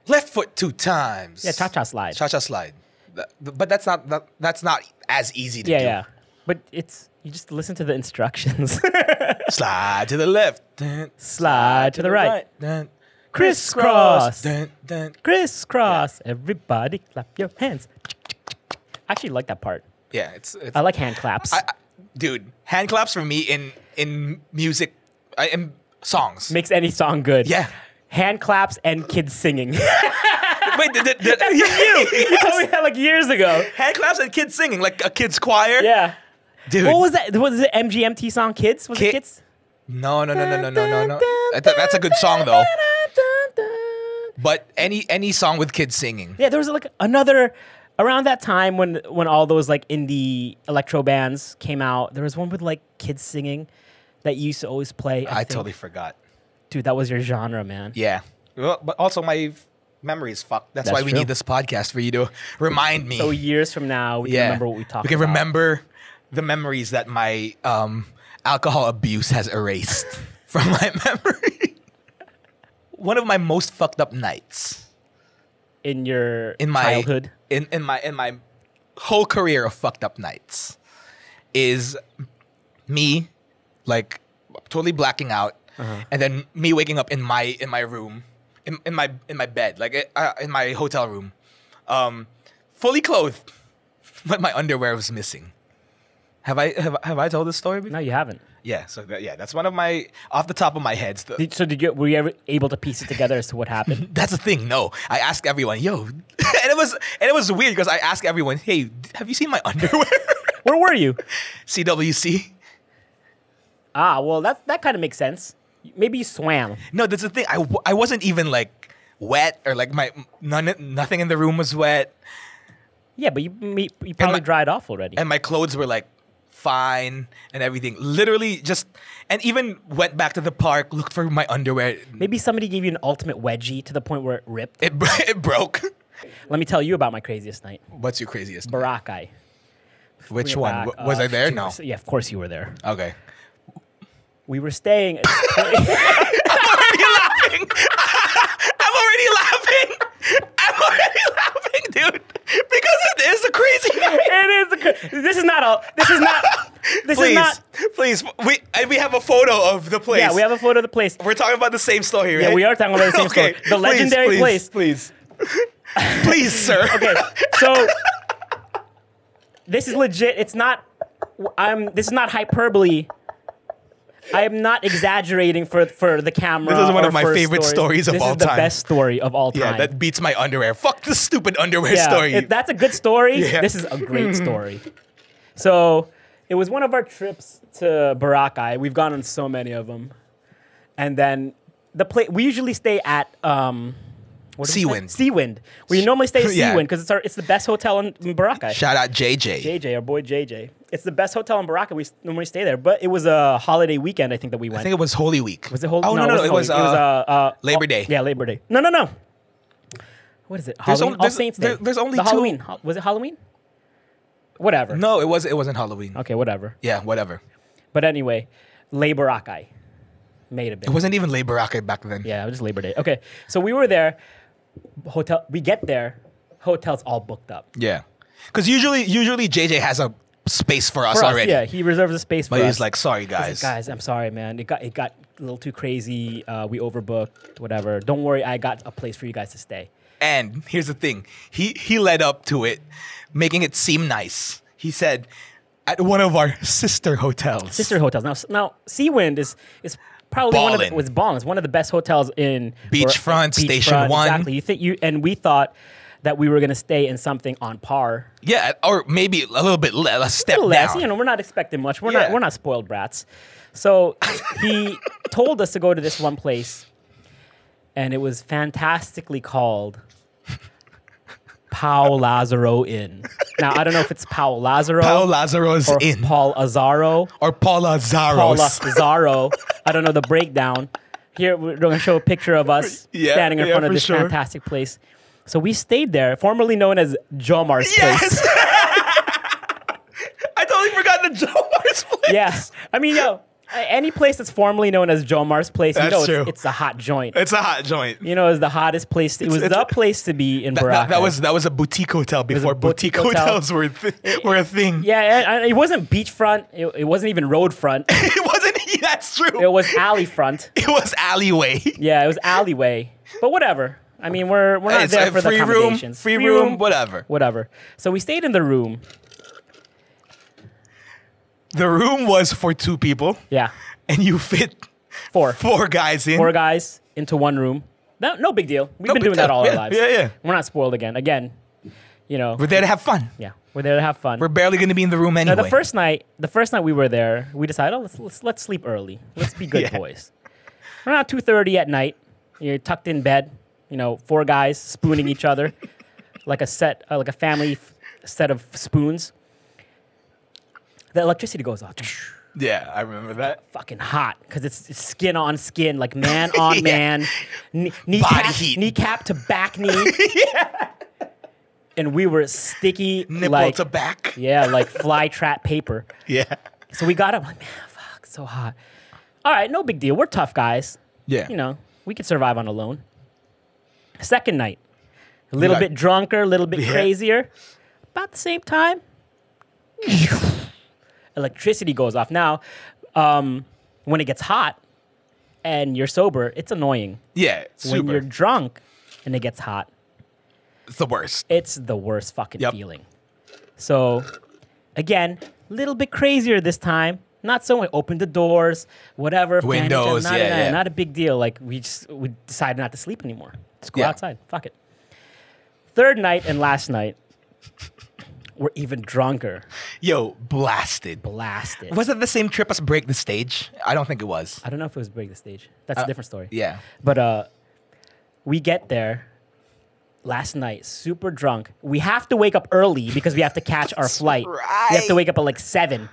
Speaker 2: left foot two times.
Speaker 1: Yeah, cha-cha slide.
Speaker 2: Cha cha slide. Th- But that's not that, that's not as easy to
Speaker 1: Yeah,
Speaker 2: do.
Speaker 1: yeah. But it's you just listen to the instructions.
Speaker 2: Slide to the left. Dun,
Speaker 1: Slide to the right.
Speaker 2: Dun,
Speaker 1: Crisscross.
Speaker 2: dun, dun.
Speaker 1: Crisscross. Everybody clap your hands. I actually like that part.
Speaker 2: Yeah, it's, it's
Speaker 1: I like hand claps.
Speaker 2: I- dude, hand claps for me in in music, I, in songs.
Speaker 1: Makes any song good.
Speaker 2: Yeah.
Speaker 1: Hand claps and kids singing.
Speaker 2: Wait, did, did, did,
Speaker 1: you, you told me that like years ago.
Speaker 2: hand claps and kids singing like a kids choir.
Speaker 1: Yeah.
Speaker 2: dude.
Speaker 1: What was that? Was it MGMT song? Kids? Was it
Speaker 2: Ki-
Speaker 1: kids?
Speaker 2: No, no, no, no, no, no, no, no. I thought That's a good song though. But any any song with kids singing.
Speaker 1: Yeah, there was like another around that time when when all those like indie electro bands came out. There was one with like kids singing that you used to always play. I,
Speaker 2: I
Speaker 1: think.
Speaker 2: totally forgot.
Speaker 1: dude, that was your genre, man.
Speaker 2: Yeah. Well, but also my f- memory is fucked. That's,
Speaker 1: That's
Speaker 2: why we
Speaker 1: true.
Speaker 2: need this podcast for you to remind me.
Speaker 1: So years from now, we
Speaker 2: yeah.
Speaker 1: can remember what we talked.
Speaker 2: We can
Speaker 1: about.
Speaker 2: remember the memories that my um, alcohol abuse has erased from my memory. One of my most fucked up nights
Speaker 1: in your
Speaker 2: in my
Speaker 1: childhood.
Speaker 2: in, in my in my whole career of fucked up nights is me like totally blacking out and then me waking up in my in my room in, in my in my bed like uh, in my hotel room um fully clothed but my underwear was missing have I have, I- have I told this story before?
Speaker 1: No, you haven't.
Speaker 2: Yeah, so that, yeah, that's one of my off the top of my head. st-
Speaker 1: Did, so did you? Were you ever able to piece it together as to what happened?
Speaker 2: That's the thing. No, I asked everyone, yo, and it was and it was weird because I asked everyone, hey, d- have you seen my underwear?
Speaker 1: Where were you?
Speaker 2: CWC.
Speaker 1: Ah, well, that that kind of makes sense. Maybe you swam.
Speaker 2: No, that's the thing. I, w- I wasn't even like wet or like my none nothing in the room was wet,
Speaker 1: Yeah, but you me- you probably
Speaker 2: my-
Speaker 1: dried off already.
Speaker 2: and my clothes were like fine and everything. Literally just and even went back to the park, looked for my underwear.
Speaker 1: Maybe somebody gave you an ultimate wedgie to the point where it ripped.
Speaker 2: It br- it broke.
Speaker 1: Let me tell you about my craziest night,
Speaker 2: What's your craziest?
Speaker 1: Barakai.
Speaker 2: Which
Speaker 1: Bring it
Speaker 2: one?
Speaker 1: back.
Speaker 2: W- was
Speaker 1: Uh,
Speaker 2: I there?
Speaker 1: dude,
Speaker 2: No.
Speaker 1: Yeah, of course you were there.
Speaker 2: Okay.
Speaker 1: We were staying. At
Speaker 2: already laughing. I'm already laughing. I'm already laughing, dude. Because it is a crazy night.
Speaker 1: it is. A, cra- this is not a. This is not. This
Speaker 2: Please,
Speaker 1: is not.
Speaker 2: please. We and we have a photo of the place.
Speaker 1: Yeah, we have a photo of the place.
Speaker 2: We're talking about the same story, right?
Speaker 1: Yeah, we are talking about the same story. The legendary place.
Speaker 2: please, Please, please, sir. Okay.
Speaker 1: So this is legit. It's not. I'm. This is not hyperbole. I am not exaggerating for for the camera.
Speaker 2: This is one
Speaker 1: or
Speaker 2: of my
Speaker 1: for
Speaker 2: favorite stories of
Speaker 1: this
Speaker 2: all
Speaker 1: is the
Speaker 2: time.
Speaker 1: best story of all time.
Speaker 2: Yeah, that beats my underwear. Fuck this stupid underwear
Speaker 1: Yeah,
Speaker 2: story.
Speaker 1: if that's a good story.
Speaker 2: Yeah. Hmm.
Speaker 1: This is a great story. So it was one of our trips to Barakai. We've gone on so many of them, and then the place we usually stay at. Um, what do we
Speaker 2: Seawind.
Speaker 1: stay? Seawind. We normally stay at
Speaker 2: Yeah.
Speaker 1: Seawind because it's our it's the best hotel in, in Barakai.
Speaker 2: Shout out JJ.
Speaker 1: JJ, our boy JJ. It's the best hotel in Baraka. We s- normally stay there, but it was a holiday weekend. I think that we went.
Speaker 2: I think it was Holy Week.
Speaker 1: was it Hol-
Speaker 2: Oh no, no, no,
Speaker 1: wasn't
Speaker 2: it was,
Speaker 1: Holy-
Speaker 2: uh,
Speaker 1: uh, uh,
Speaker 2: Labor
Speaker 1: oh,
Speaker 2: Day.
Speaker 1: Yeah, Labor Day. No, no, no. What is it? Halloween.
Speaker 2: only-
Speaker 1: All
Speaker 2: there's-
Speaker 1: Saints Day.
Speaker 2: there- there's only
Speaker 1: the
Speaker 2: two-
Speaker 1: Halloween. Ho- Was it Halloween? Whatever.
Speaker 2: no, it was. It wasn't Halloween.
Speaker 1: Okay, whatever.
Speaker 2: Yeah, whatever.
Speaker 1: But anyway, Labor Akai made a bit.
Speaker 2: It wasn't even Labor Rocket back then.
Speaker 1: Yeah, it was Labor Day. Okay, so we were there. Hotel. We get there. Hotel's all booked up.
Speaker 2: Yeah, because usually, usually JJ has a space for us
Speaker 1: For us,
Speaker 2: already.
Speaker 1: yeah, he reserves a space for
Speaker 2: but
Speaker 1: us.
Speaker 2: he's like, sorry
Speaker 1: Like,
Speaker 2: guys.
Speaker 1: guys, I'm sorry, man. It got it got a little too crazy. Uh, we overbooked, whatever. Don't worry, I got a place for you guys to stay.
Speaker 2: And here's the thing, he he led up to it, making it seem nice. He said, at one of our sister hotels.
Speaker 1: Sister hotels. Now, s- now, Seawind is is probably one of
Speaker 2: Ballin'.
Speaker 1: the, was ballin'. It's one of the best hotels in
Speaker 2: Beachfront, Station
Speaker 1: beachfront,
Speaker 2: One.
Speaker 1: Exactly. You think you and we thought that we were gonna stay in something on par.
Speaker 2: Yeah, or maybe a little bit less, a step
Speaker 1: little less.
Speaker 2: down.
Speaker 1: You know, we're not expecting much. We're not
Speaker 2: Yeah.
Speaker 1: we're not spoiled brats. So he told us to go to this one place, and it was fantastically called Paul Lazaro Inn. Now I don't know if it's Paul Lazaro
Speaker 2: Paul Lazaro's
Speaker 1: or
Speaker 2: Inn
Speaker 1: Paul Azaro,
Speaker 2: or
Speaker 1: Paul
Speaker 2: Paul Lazaro's.
Speaker 1: Lazaro. I don't know the breakdown. Here we're going to show a picture of us
Speaker 2: Yeah,
Speaker 1: standing in
Speaker 2: yeah,
Speaker 1: front of
Speaker 2: for
Speaker 1: this
Speaker 2: sure.
Speaker 1: fantastic place. So we stayed there, formerly known as Jomar's place.
Speaker 2: yes. I totally forgot the Jomar's place.
Speaker 1: Yeah. I mean, yo, a- any place that's formerly known as Joe Mars place, you
Speaker 2: That's
Speaker 1: know, it's,
Speaker 2: true.
Speaker 1: it's a hot joint.
Speaker 2: It's a hot joint.
Speaker 1: you know, it's the hottest place. It was
Speaker 2: it's-
Speaker 1: the place to be in
Speaker 2: That-
Speaker 1: Baraka.
Speaker 2: That, that was that was a boutique hotel before
Speaker 1: boutique
Speaker 2: boutique,
Speaker 1: hotel.
Speaker 2: hotels were a thi- were a thing.
Speaker 1: Yeah, and- and it wasn't beachfront. It, it wasn't even road front.
Speaker 2: it wasn't. That's true.
Speaker 1: It was alley front.
Speaker 2: It was alleyway.
Speaker 1: Yeah, it was alleyway. But whatever. I mean, we're we're not
Speaker 2: It's
Speaker 1: there
Speaker 2: a
Speaker 1: for
Speaker 2: free
Speaker 1: the
Speaker 2: room,
Speaker 1: accommodations.
Speaker 2: free room, whatever.
Speaker 1: whatever. So we stayed in the room.
Speaker 2: The room was for two people,
Speaker 1: Yeah,
Speaker 2: and you fit
Speaker 1: four
Speaker 2: four guys in.
Speaker 1: four guys into one room. No, no big deal. We've
Speaker 2: No
Speaker 1: been
Speaker 2: big
Speaker 1: doing that
Speaker 2: deal.
Speaker 1: all
Speaker 2: Yeah,
Speaker 1: our lives.
Speaker 2: yeah, yeah.
Speaker 1: We're not spoiled again. Again, you know.
Speaker 2: We're there to have fun.
Speaker 1: yeah, we're there to have fun.
Speaker 2: We're barely going to be in the room anyway.
Speaker 1: Now, the first night, the first night we were there, we decided, oh, let's let's, let's sleep early. Let's be good
Speaker 2: Yeah.
Speaker 1: boys. Around two thirty at night, you're tucked in bed. You know, four guys spooning each other, like a set, uh, like a family f- set of spoons. The electricity goes off.
Speaker 2: yeah, I remember that.
Speaker 1: Fucking hot, because it's, it's skin on skin, like man on
Speaker 2: Yeah.
Speaker 1: man, knee, kneecap,
Speaker 2: heat.
Speaker 1: kneecap to back knee. And we were sticky,
Speaker 2: Nipple
Speaker 1: like
Speaker 2: to back.
Speaker 1: yeah, like fly trap paper.
Speaker 2: Yeah.
Speaker 1: So we got up like, man, fuck, it's so hot. All right, no big deal. We're tough guys.
Speaker 2: Yeah.
Speaker 1: You know, we could survive on a loan. Second night, a little
Speaker 2: Like-
Speaker 1: bit drunker, a little bit
Speaker 2: Yeah.
Speaker 1: crazier. About the same time, electricity goes off. Now, um, when it gets hot and you're sober, it's annoying.
Speaker 2: Yeah.
Speaker 1: When you're
Speaker 2: Super.
Speaker 1: drunk and it gets hot,
Speaker 2: It's the worst.
Speaker 1: it's the worst fucking
Speaker 2: Yep.
Speaker 1: feeling. So, again, a little bit crazier this time. Not so much. Open the doors, whatever. fan each other,
Speaker 2: Windows,
Speaker 1: not,
Speaker 2: yeah,
Speaker 1: not,
Speaker 2: yeah.
Speaker 1: not a big deal. Like we just we decided not to sleep anymore. Just go
Speaker 2: Yeah.
Speaker 1: outside. Fuck it. Third night and last night, we're even drunker.
Speaker 2: Yo, blasted.
Speaker 1: Blasted.
Speaker 2: Was it the same trip as Break the Stage? I don't think it was.
Speaker 1: I don't know if it was break the stage. That's
Speaker 2: Uh,
Speaker 1: a different story.
Speaker 2: Yeah.
Speaker 1: But uh, we get there last night, super drunk. We have to wake up early because we have to catch our flight. We have
Speaker 2: right.
Speaker 1: to wake up at like seven.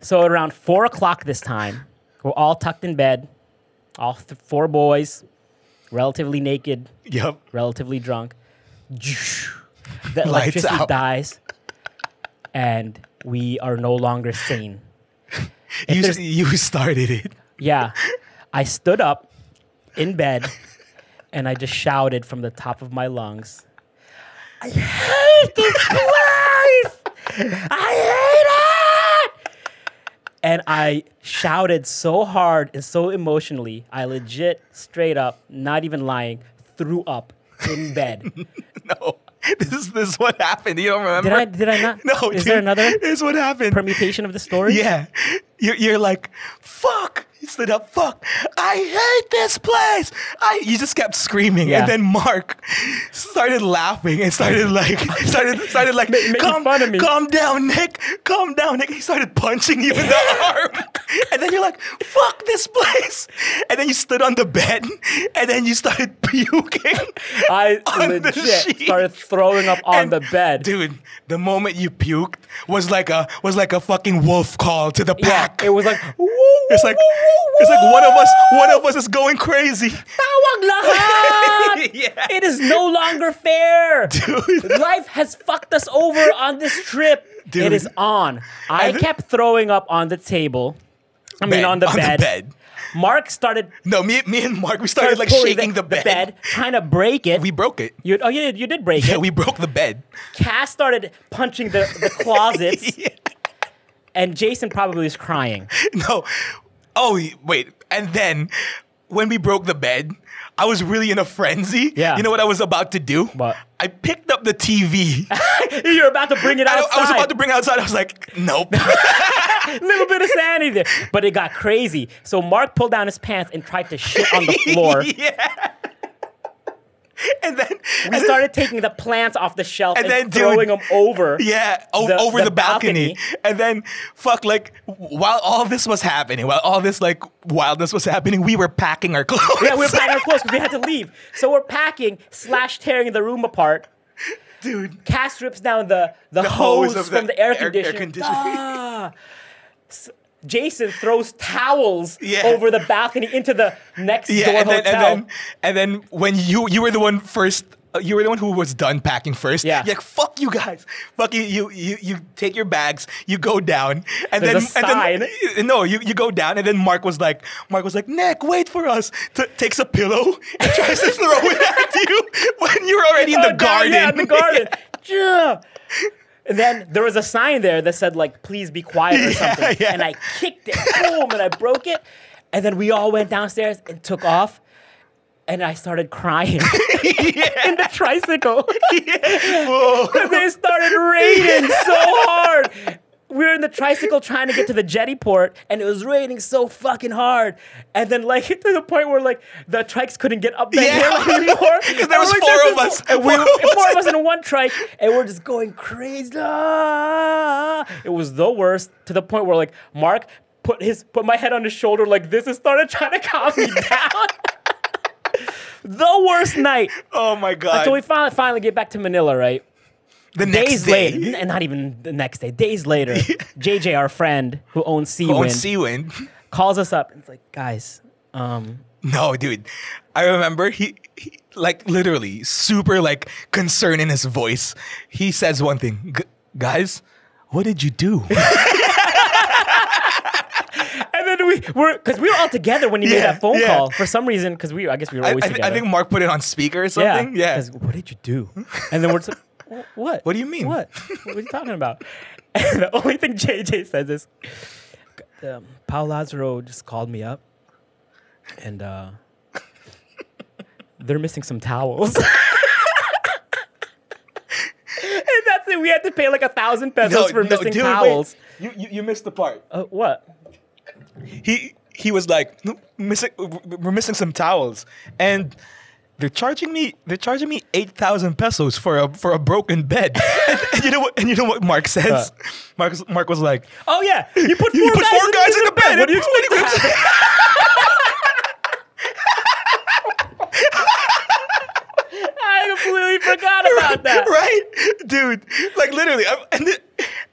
Speaker 1: So around four o'clock this time, we're all tucked in bed, all th- four boys, relatively naked,
Speaker 2: Yep.
Speaker 1: relatively drunk. The
Speaker 2: Lights
Speaker 1: electricity
Speaker 2: out.
Speaker 1: dies, and we are no longer sane.
Speaker 2: You,
Speaker 1: there's-
Speaker 2: you started it.
Speaker 1: Yeah. I stood up in bed and I just shouted from the top of my lungs. I hate this place! I hate it! And I shouted so hard and so emotionally, I legit, straight up, not even lying, threw up in bed.
Speaker 2: No. This is this is what happened. You don't remember?
Speaker 1: Did I? Did I not?
Speaker 2: No.
Speaker 1: Is
Speaker 2: dude,
Speaker 1: there another
Speaker 2: This is what happened.
Speaker 1: permutation of the story?
Speaker 2: Yeah. You're, you're like, fuck. You stood up, fuck. I hate this place. I. You just kept screaming,
Speaker 1: Yeah.
Speaker 2: and then Mark started laughing and started like, started started like,
Speaker 1: making
Speaker 2: calm,
Speaker 1: fun of me.
Speaker 2: calm down, Nick. Calm down, Nick. He started punching you in the arm, and then you're like, fuck this place. And then you stood on the bed, and then you started puking.
Speaker 1: I
Speaker 2: On the
Speaker 1: legit
Speaker 2: sheet.
Speaker 1: started throwing up on
Speaker 2: And,
Speaker 1: the bed.
Speaker 2: dude. The moment you puked was like a was like a fucking wolf call to the
Speaker 1: Yeah,
Speaker 2: pack.
Speaker 1: it was like, woo,
Speaker 2: It's like
Speaker 1: woo, woo,
Speaker 2: it's like
Speaker 1: woo.
Speaker 2: one of us one of us is going crazy.
Speaker 1: Tawag lahat!
Speaker 2: Yeah.
Speaker 1: It is no longer fair.
Speaker 2: Dude.
Speaker 1: Life has fucked us over on this trip. It
Speaker 2: Dude.
Speaker 1: is on. I
Speaker 2: And-
Speaker 1: kept throwing up on the table. I mean,
Speaker 2: Bed,
Speaker 1: on the bed.
Speaker 2: bed.
Speaker 1: Mark started,
Speaker 2: No, me, me and Mark we started like
Speaker 1: pulling
Speaker 2: shaking the, bed.
Speaker 1: trying to break it.
Speaker 2: We broke it.
Speaker 1: you, oh, you did, you did break
Speaker 2: Yeah,
Speaker 1: it.
Speaker 2: we broke the bed.
Speaker 1: Cass started punching the, the closets. And Jason probably was crying.
Speaker 2: No. Oh wait. And then when we broke the bed, I was really in a frenzy.
Speaker 1: Yeah.
Speaker 2: You know what I was about to do?
Speaker 1: What?
Speaker 2: I picked up the TV.
Speaker 1: You're about to bring it
Speaker 2: I,
Speaker 1: outside.
Speaker 2: I was about to bring it outside. I was like, nope.
Speaker 1: little bit of sanity there. But it got crazy. So Mark pulled down his pants and tried to shit on the floor.
Speaker 2: yeah. And then
Speaker 1: We started taking the plants off the shelf and,
Speaker 2: And then, dude-
Speaker 1: throwing them over.
Speaker 2: Yeah, o-
Speaker 1: the-
Speaker 2: over
Speaker 1: the
Speaker 2: the, balcony.
Speaker 1: balcony.
Speaker 2: And then, fuck, like, w- while all this was happening, while all this, like, wildness was happening, we were packing our clothes.
Speaker 1: Yeah, we were packing our clothes because we had to leave. So we're packing slash tearing the room apart.
Speaker 2: Dude,
Speaker 1: Cass rips down the, the, hose,
Speaker 2: hose of
Speaker 1: from the,
Speaker 2: the
Speaker 1: air,
Speaker 2: air- air
Speaker 1: conditioner.
Speaker 2: conditioning.
Speaker 1: Ah. S- Jason throws towels
Speaker 2: Yeah.
Speaker 1: over the balcony into the next
Speaker 2: yeah,
Speaker 1: door
Speaker 2: and then,
Speaker 1: hotel.
Speaker 2: and then, and then when you, you were the one first, uh, you were the one who was done packing first.
Speaker 1: Yeah.
Speaker 2: You're like, fuck you guys. Fuck you, you, you, you take your bags, you go down. And
Speaker 1: There's
Speaker 2: then,
Speaker 1: a
Speaker 2: and then, no, you, you go down. And then Mark was like, Mark was like, Nick, wait for us. T- takes a pillow and tries to throw it at you when you're already in the
Speaker 1: Oh, down-
Speaker 2: garden.
Speaker 1: Yeah, in the garden. Yeah. And then there was a sign there that said like, "Please be quiet" or
Speaker 2: Yeah,
Speaker 1: something.
Speaker 2: yeah.
Speaker 1: And I kicked it, boom, and I broke it. And then we all went downstairs and took off. and I started crying in the tricycle. Because it started raining so hard. We were in the tricycle trying to get to the jetty port, and it was raining so fucking hard. And then, like, to the point where, like, the trikes couldn't get up that
Speaker 2: Yeah.
Speaker 1: hill anymore.
Speaker 2: 'Cause
Speaker 1: I
Speaker 2: there was
Speaker 1: like,
Speaker 2: four
Speaker 1: this
Speaker 2: of
Speaker 1: is-
Speaker 2: us.
Speaker 1: And we,
Speaker 2: Four
Speaker 1: four,
Speaker 2: of us.
Speaker 1: of us in one trike, and we're just going crazy. Ah. It was the worst to the point where, like, Mark put his put my head on his shoulder like this and started trying to calm me down. the worst night.
Speaker 2: Oh my god.
Speaker 1: So we finally finally get back to Manila, right?
Speaker 2: the
Speaker 1: days later, n- and not even the next day, days later, JJ, our friend who owns
Speaker 2: On
Speaker 1: Seawind,
Speaker 2: Seawind.
Speaker 1: calls us up and it's like, guys, um,
Speaker 2: No, dude. I remember he, he like literally super like concern in his voice. He says one thing, "Gu- guys, what did you do?
Speaker 1: and then we were because we were all together when you made
Speaker 2: Yeah,
Speaker 1: that phone
Speaker 2: yeah.
Speaker 1: call for some reason because we I guess we were
Speaker 2: I, I,
Speaker 1: always
Speaker 2: thi-
Speaker 1: together.
Speaker 2: I think Mark put it on speaker or
Speaker 1: yeah,
Speaker 2: something. Yeah.
Speaker 1: 'cause What did you do? And then we're just like, "Wha- what?
Speaker 2: What do you mean?
Speaker 1: What? What are you talking about? And the only thing JJ says is, um, Paul Lazaro just called me up, and uh, they're missing some towels. and that's it. We had to pay like a thousand pesos for missing
Speaker 2: dude, wait.
Speaker 1: towels.
Speaker 2: You, you you missed the part.
Speaker 1: Uh, what?
Speaker 2: He he was like, "No, missing we're missing some towels and they're charging me they're charging me 8,000 pesos for a for a broken bed. and, and you know what and you know what Mark says? Mark Mark was like,
Speaker 1: Oh yeah, you put four,
Speaker 2: You put
Speaker 1: guys,
Speaker 2: four guys in the bed.
Speaker 1: What do you
Speaker 2: and-
Speaker 1: expect to happen? I completely forgot about that.
Speaker 2: right, dude? Like literally, I'm, and the-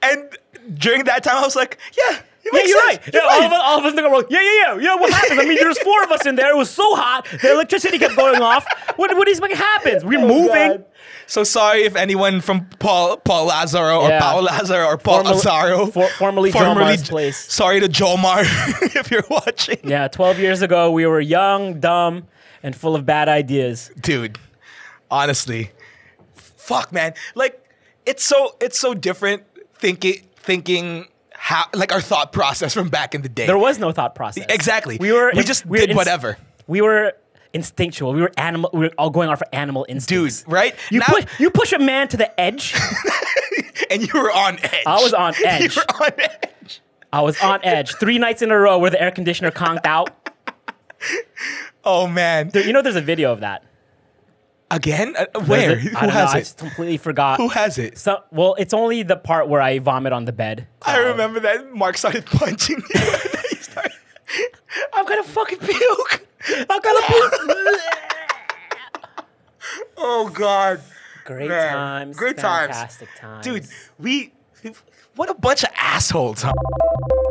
Speaker 2: and during that time, I was like, yeah, it
Speaker 1: Yeah,
Speaker 2: makes
Speaker 1: you're
Speaker 2: sense.
Speaker 1: right. Yeah, all of, us, all of us look around. Yeah, yeah, yeah, yeah. What happened? I mean, there's four of us in there. It was so hot. The electricity kept going off. What what do you expect happens? We're moving.
Speaker 2: Oh, God. So sorry if anyone from Paul Paul Lazaro or
Speaker 1: Yeah.
Speaker 2: Paul Lazaro or Paul
Speaker 1: Formerly-
Speaker 2: Lazaro,
Speaker 1: for- formerly Jomar's place.
Speaker 2: Sorry to Jomar if you're watching,
Speaker 1: Yeah, 12 years ago, we were young, dumb, and full of bad ideas.
Speaker 2: dude. Honestly, fuck, man. Like it's so it's so different thinking thinking how like our thought process from back in the day.
Speaker 1: There was no thought process.
Speaker 2: Exactly.
Speaker 1: We were.
Speaker 2: We just
Speaker 1: were
Speaker 2: did
Speaker 1: inst-
Speaker 2: whatever.
Speaker 1: We were instinctual. We were animal. We were all going off for animal
Speaker 2: dude,
Speaker 1: instincts.
Speaker 2: right?
Speaker 1: You,
Speaker 2: now,
Speaker 1: pu- you push a man to the edge.
Speaker 2: and you were on edge.
Speaker 1: I was on edge.
Speaker 2: you were on edge.
Speaker 1: I was on edge three nights in a row where the air conditioner conked out.
Speaker 2: Oh man.
Speaker 1: You know, there's a video of that.
Speaker 2: Again? Uh,
Speaker 1: There's
Speaker 2: Where?
Speaker 1: a-
Speaker 2: Who
Speaker 1: I don't
Speaker 2: has
Speaker 1: know, I
Speaker 2: it?
Speaker 1: just completely forgot.
Speaker 2: Who has it?
Speaker 1: So, well, it's only the part where I vomit on the bed.
Speaker 2: I remember that Mark started punching you. He started- I'm gonna fucking puke.
Speaker 1: I'm gonna poop.
Speaker 2: Oh god.
Speaker 1: Great
Speaker 2: Man,
Speaker 1: times.
Speaker 2: Great times.
Speaker 1: fantastic times.
Speaker 2: Dude, we what a bunch of assholes, huh?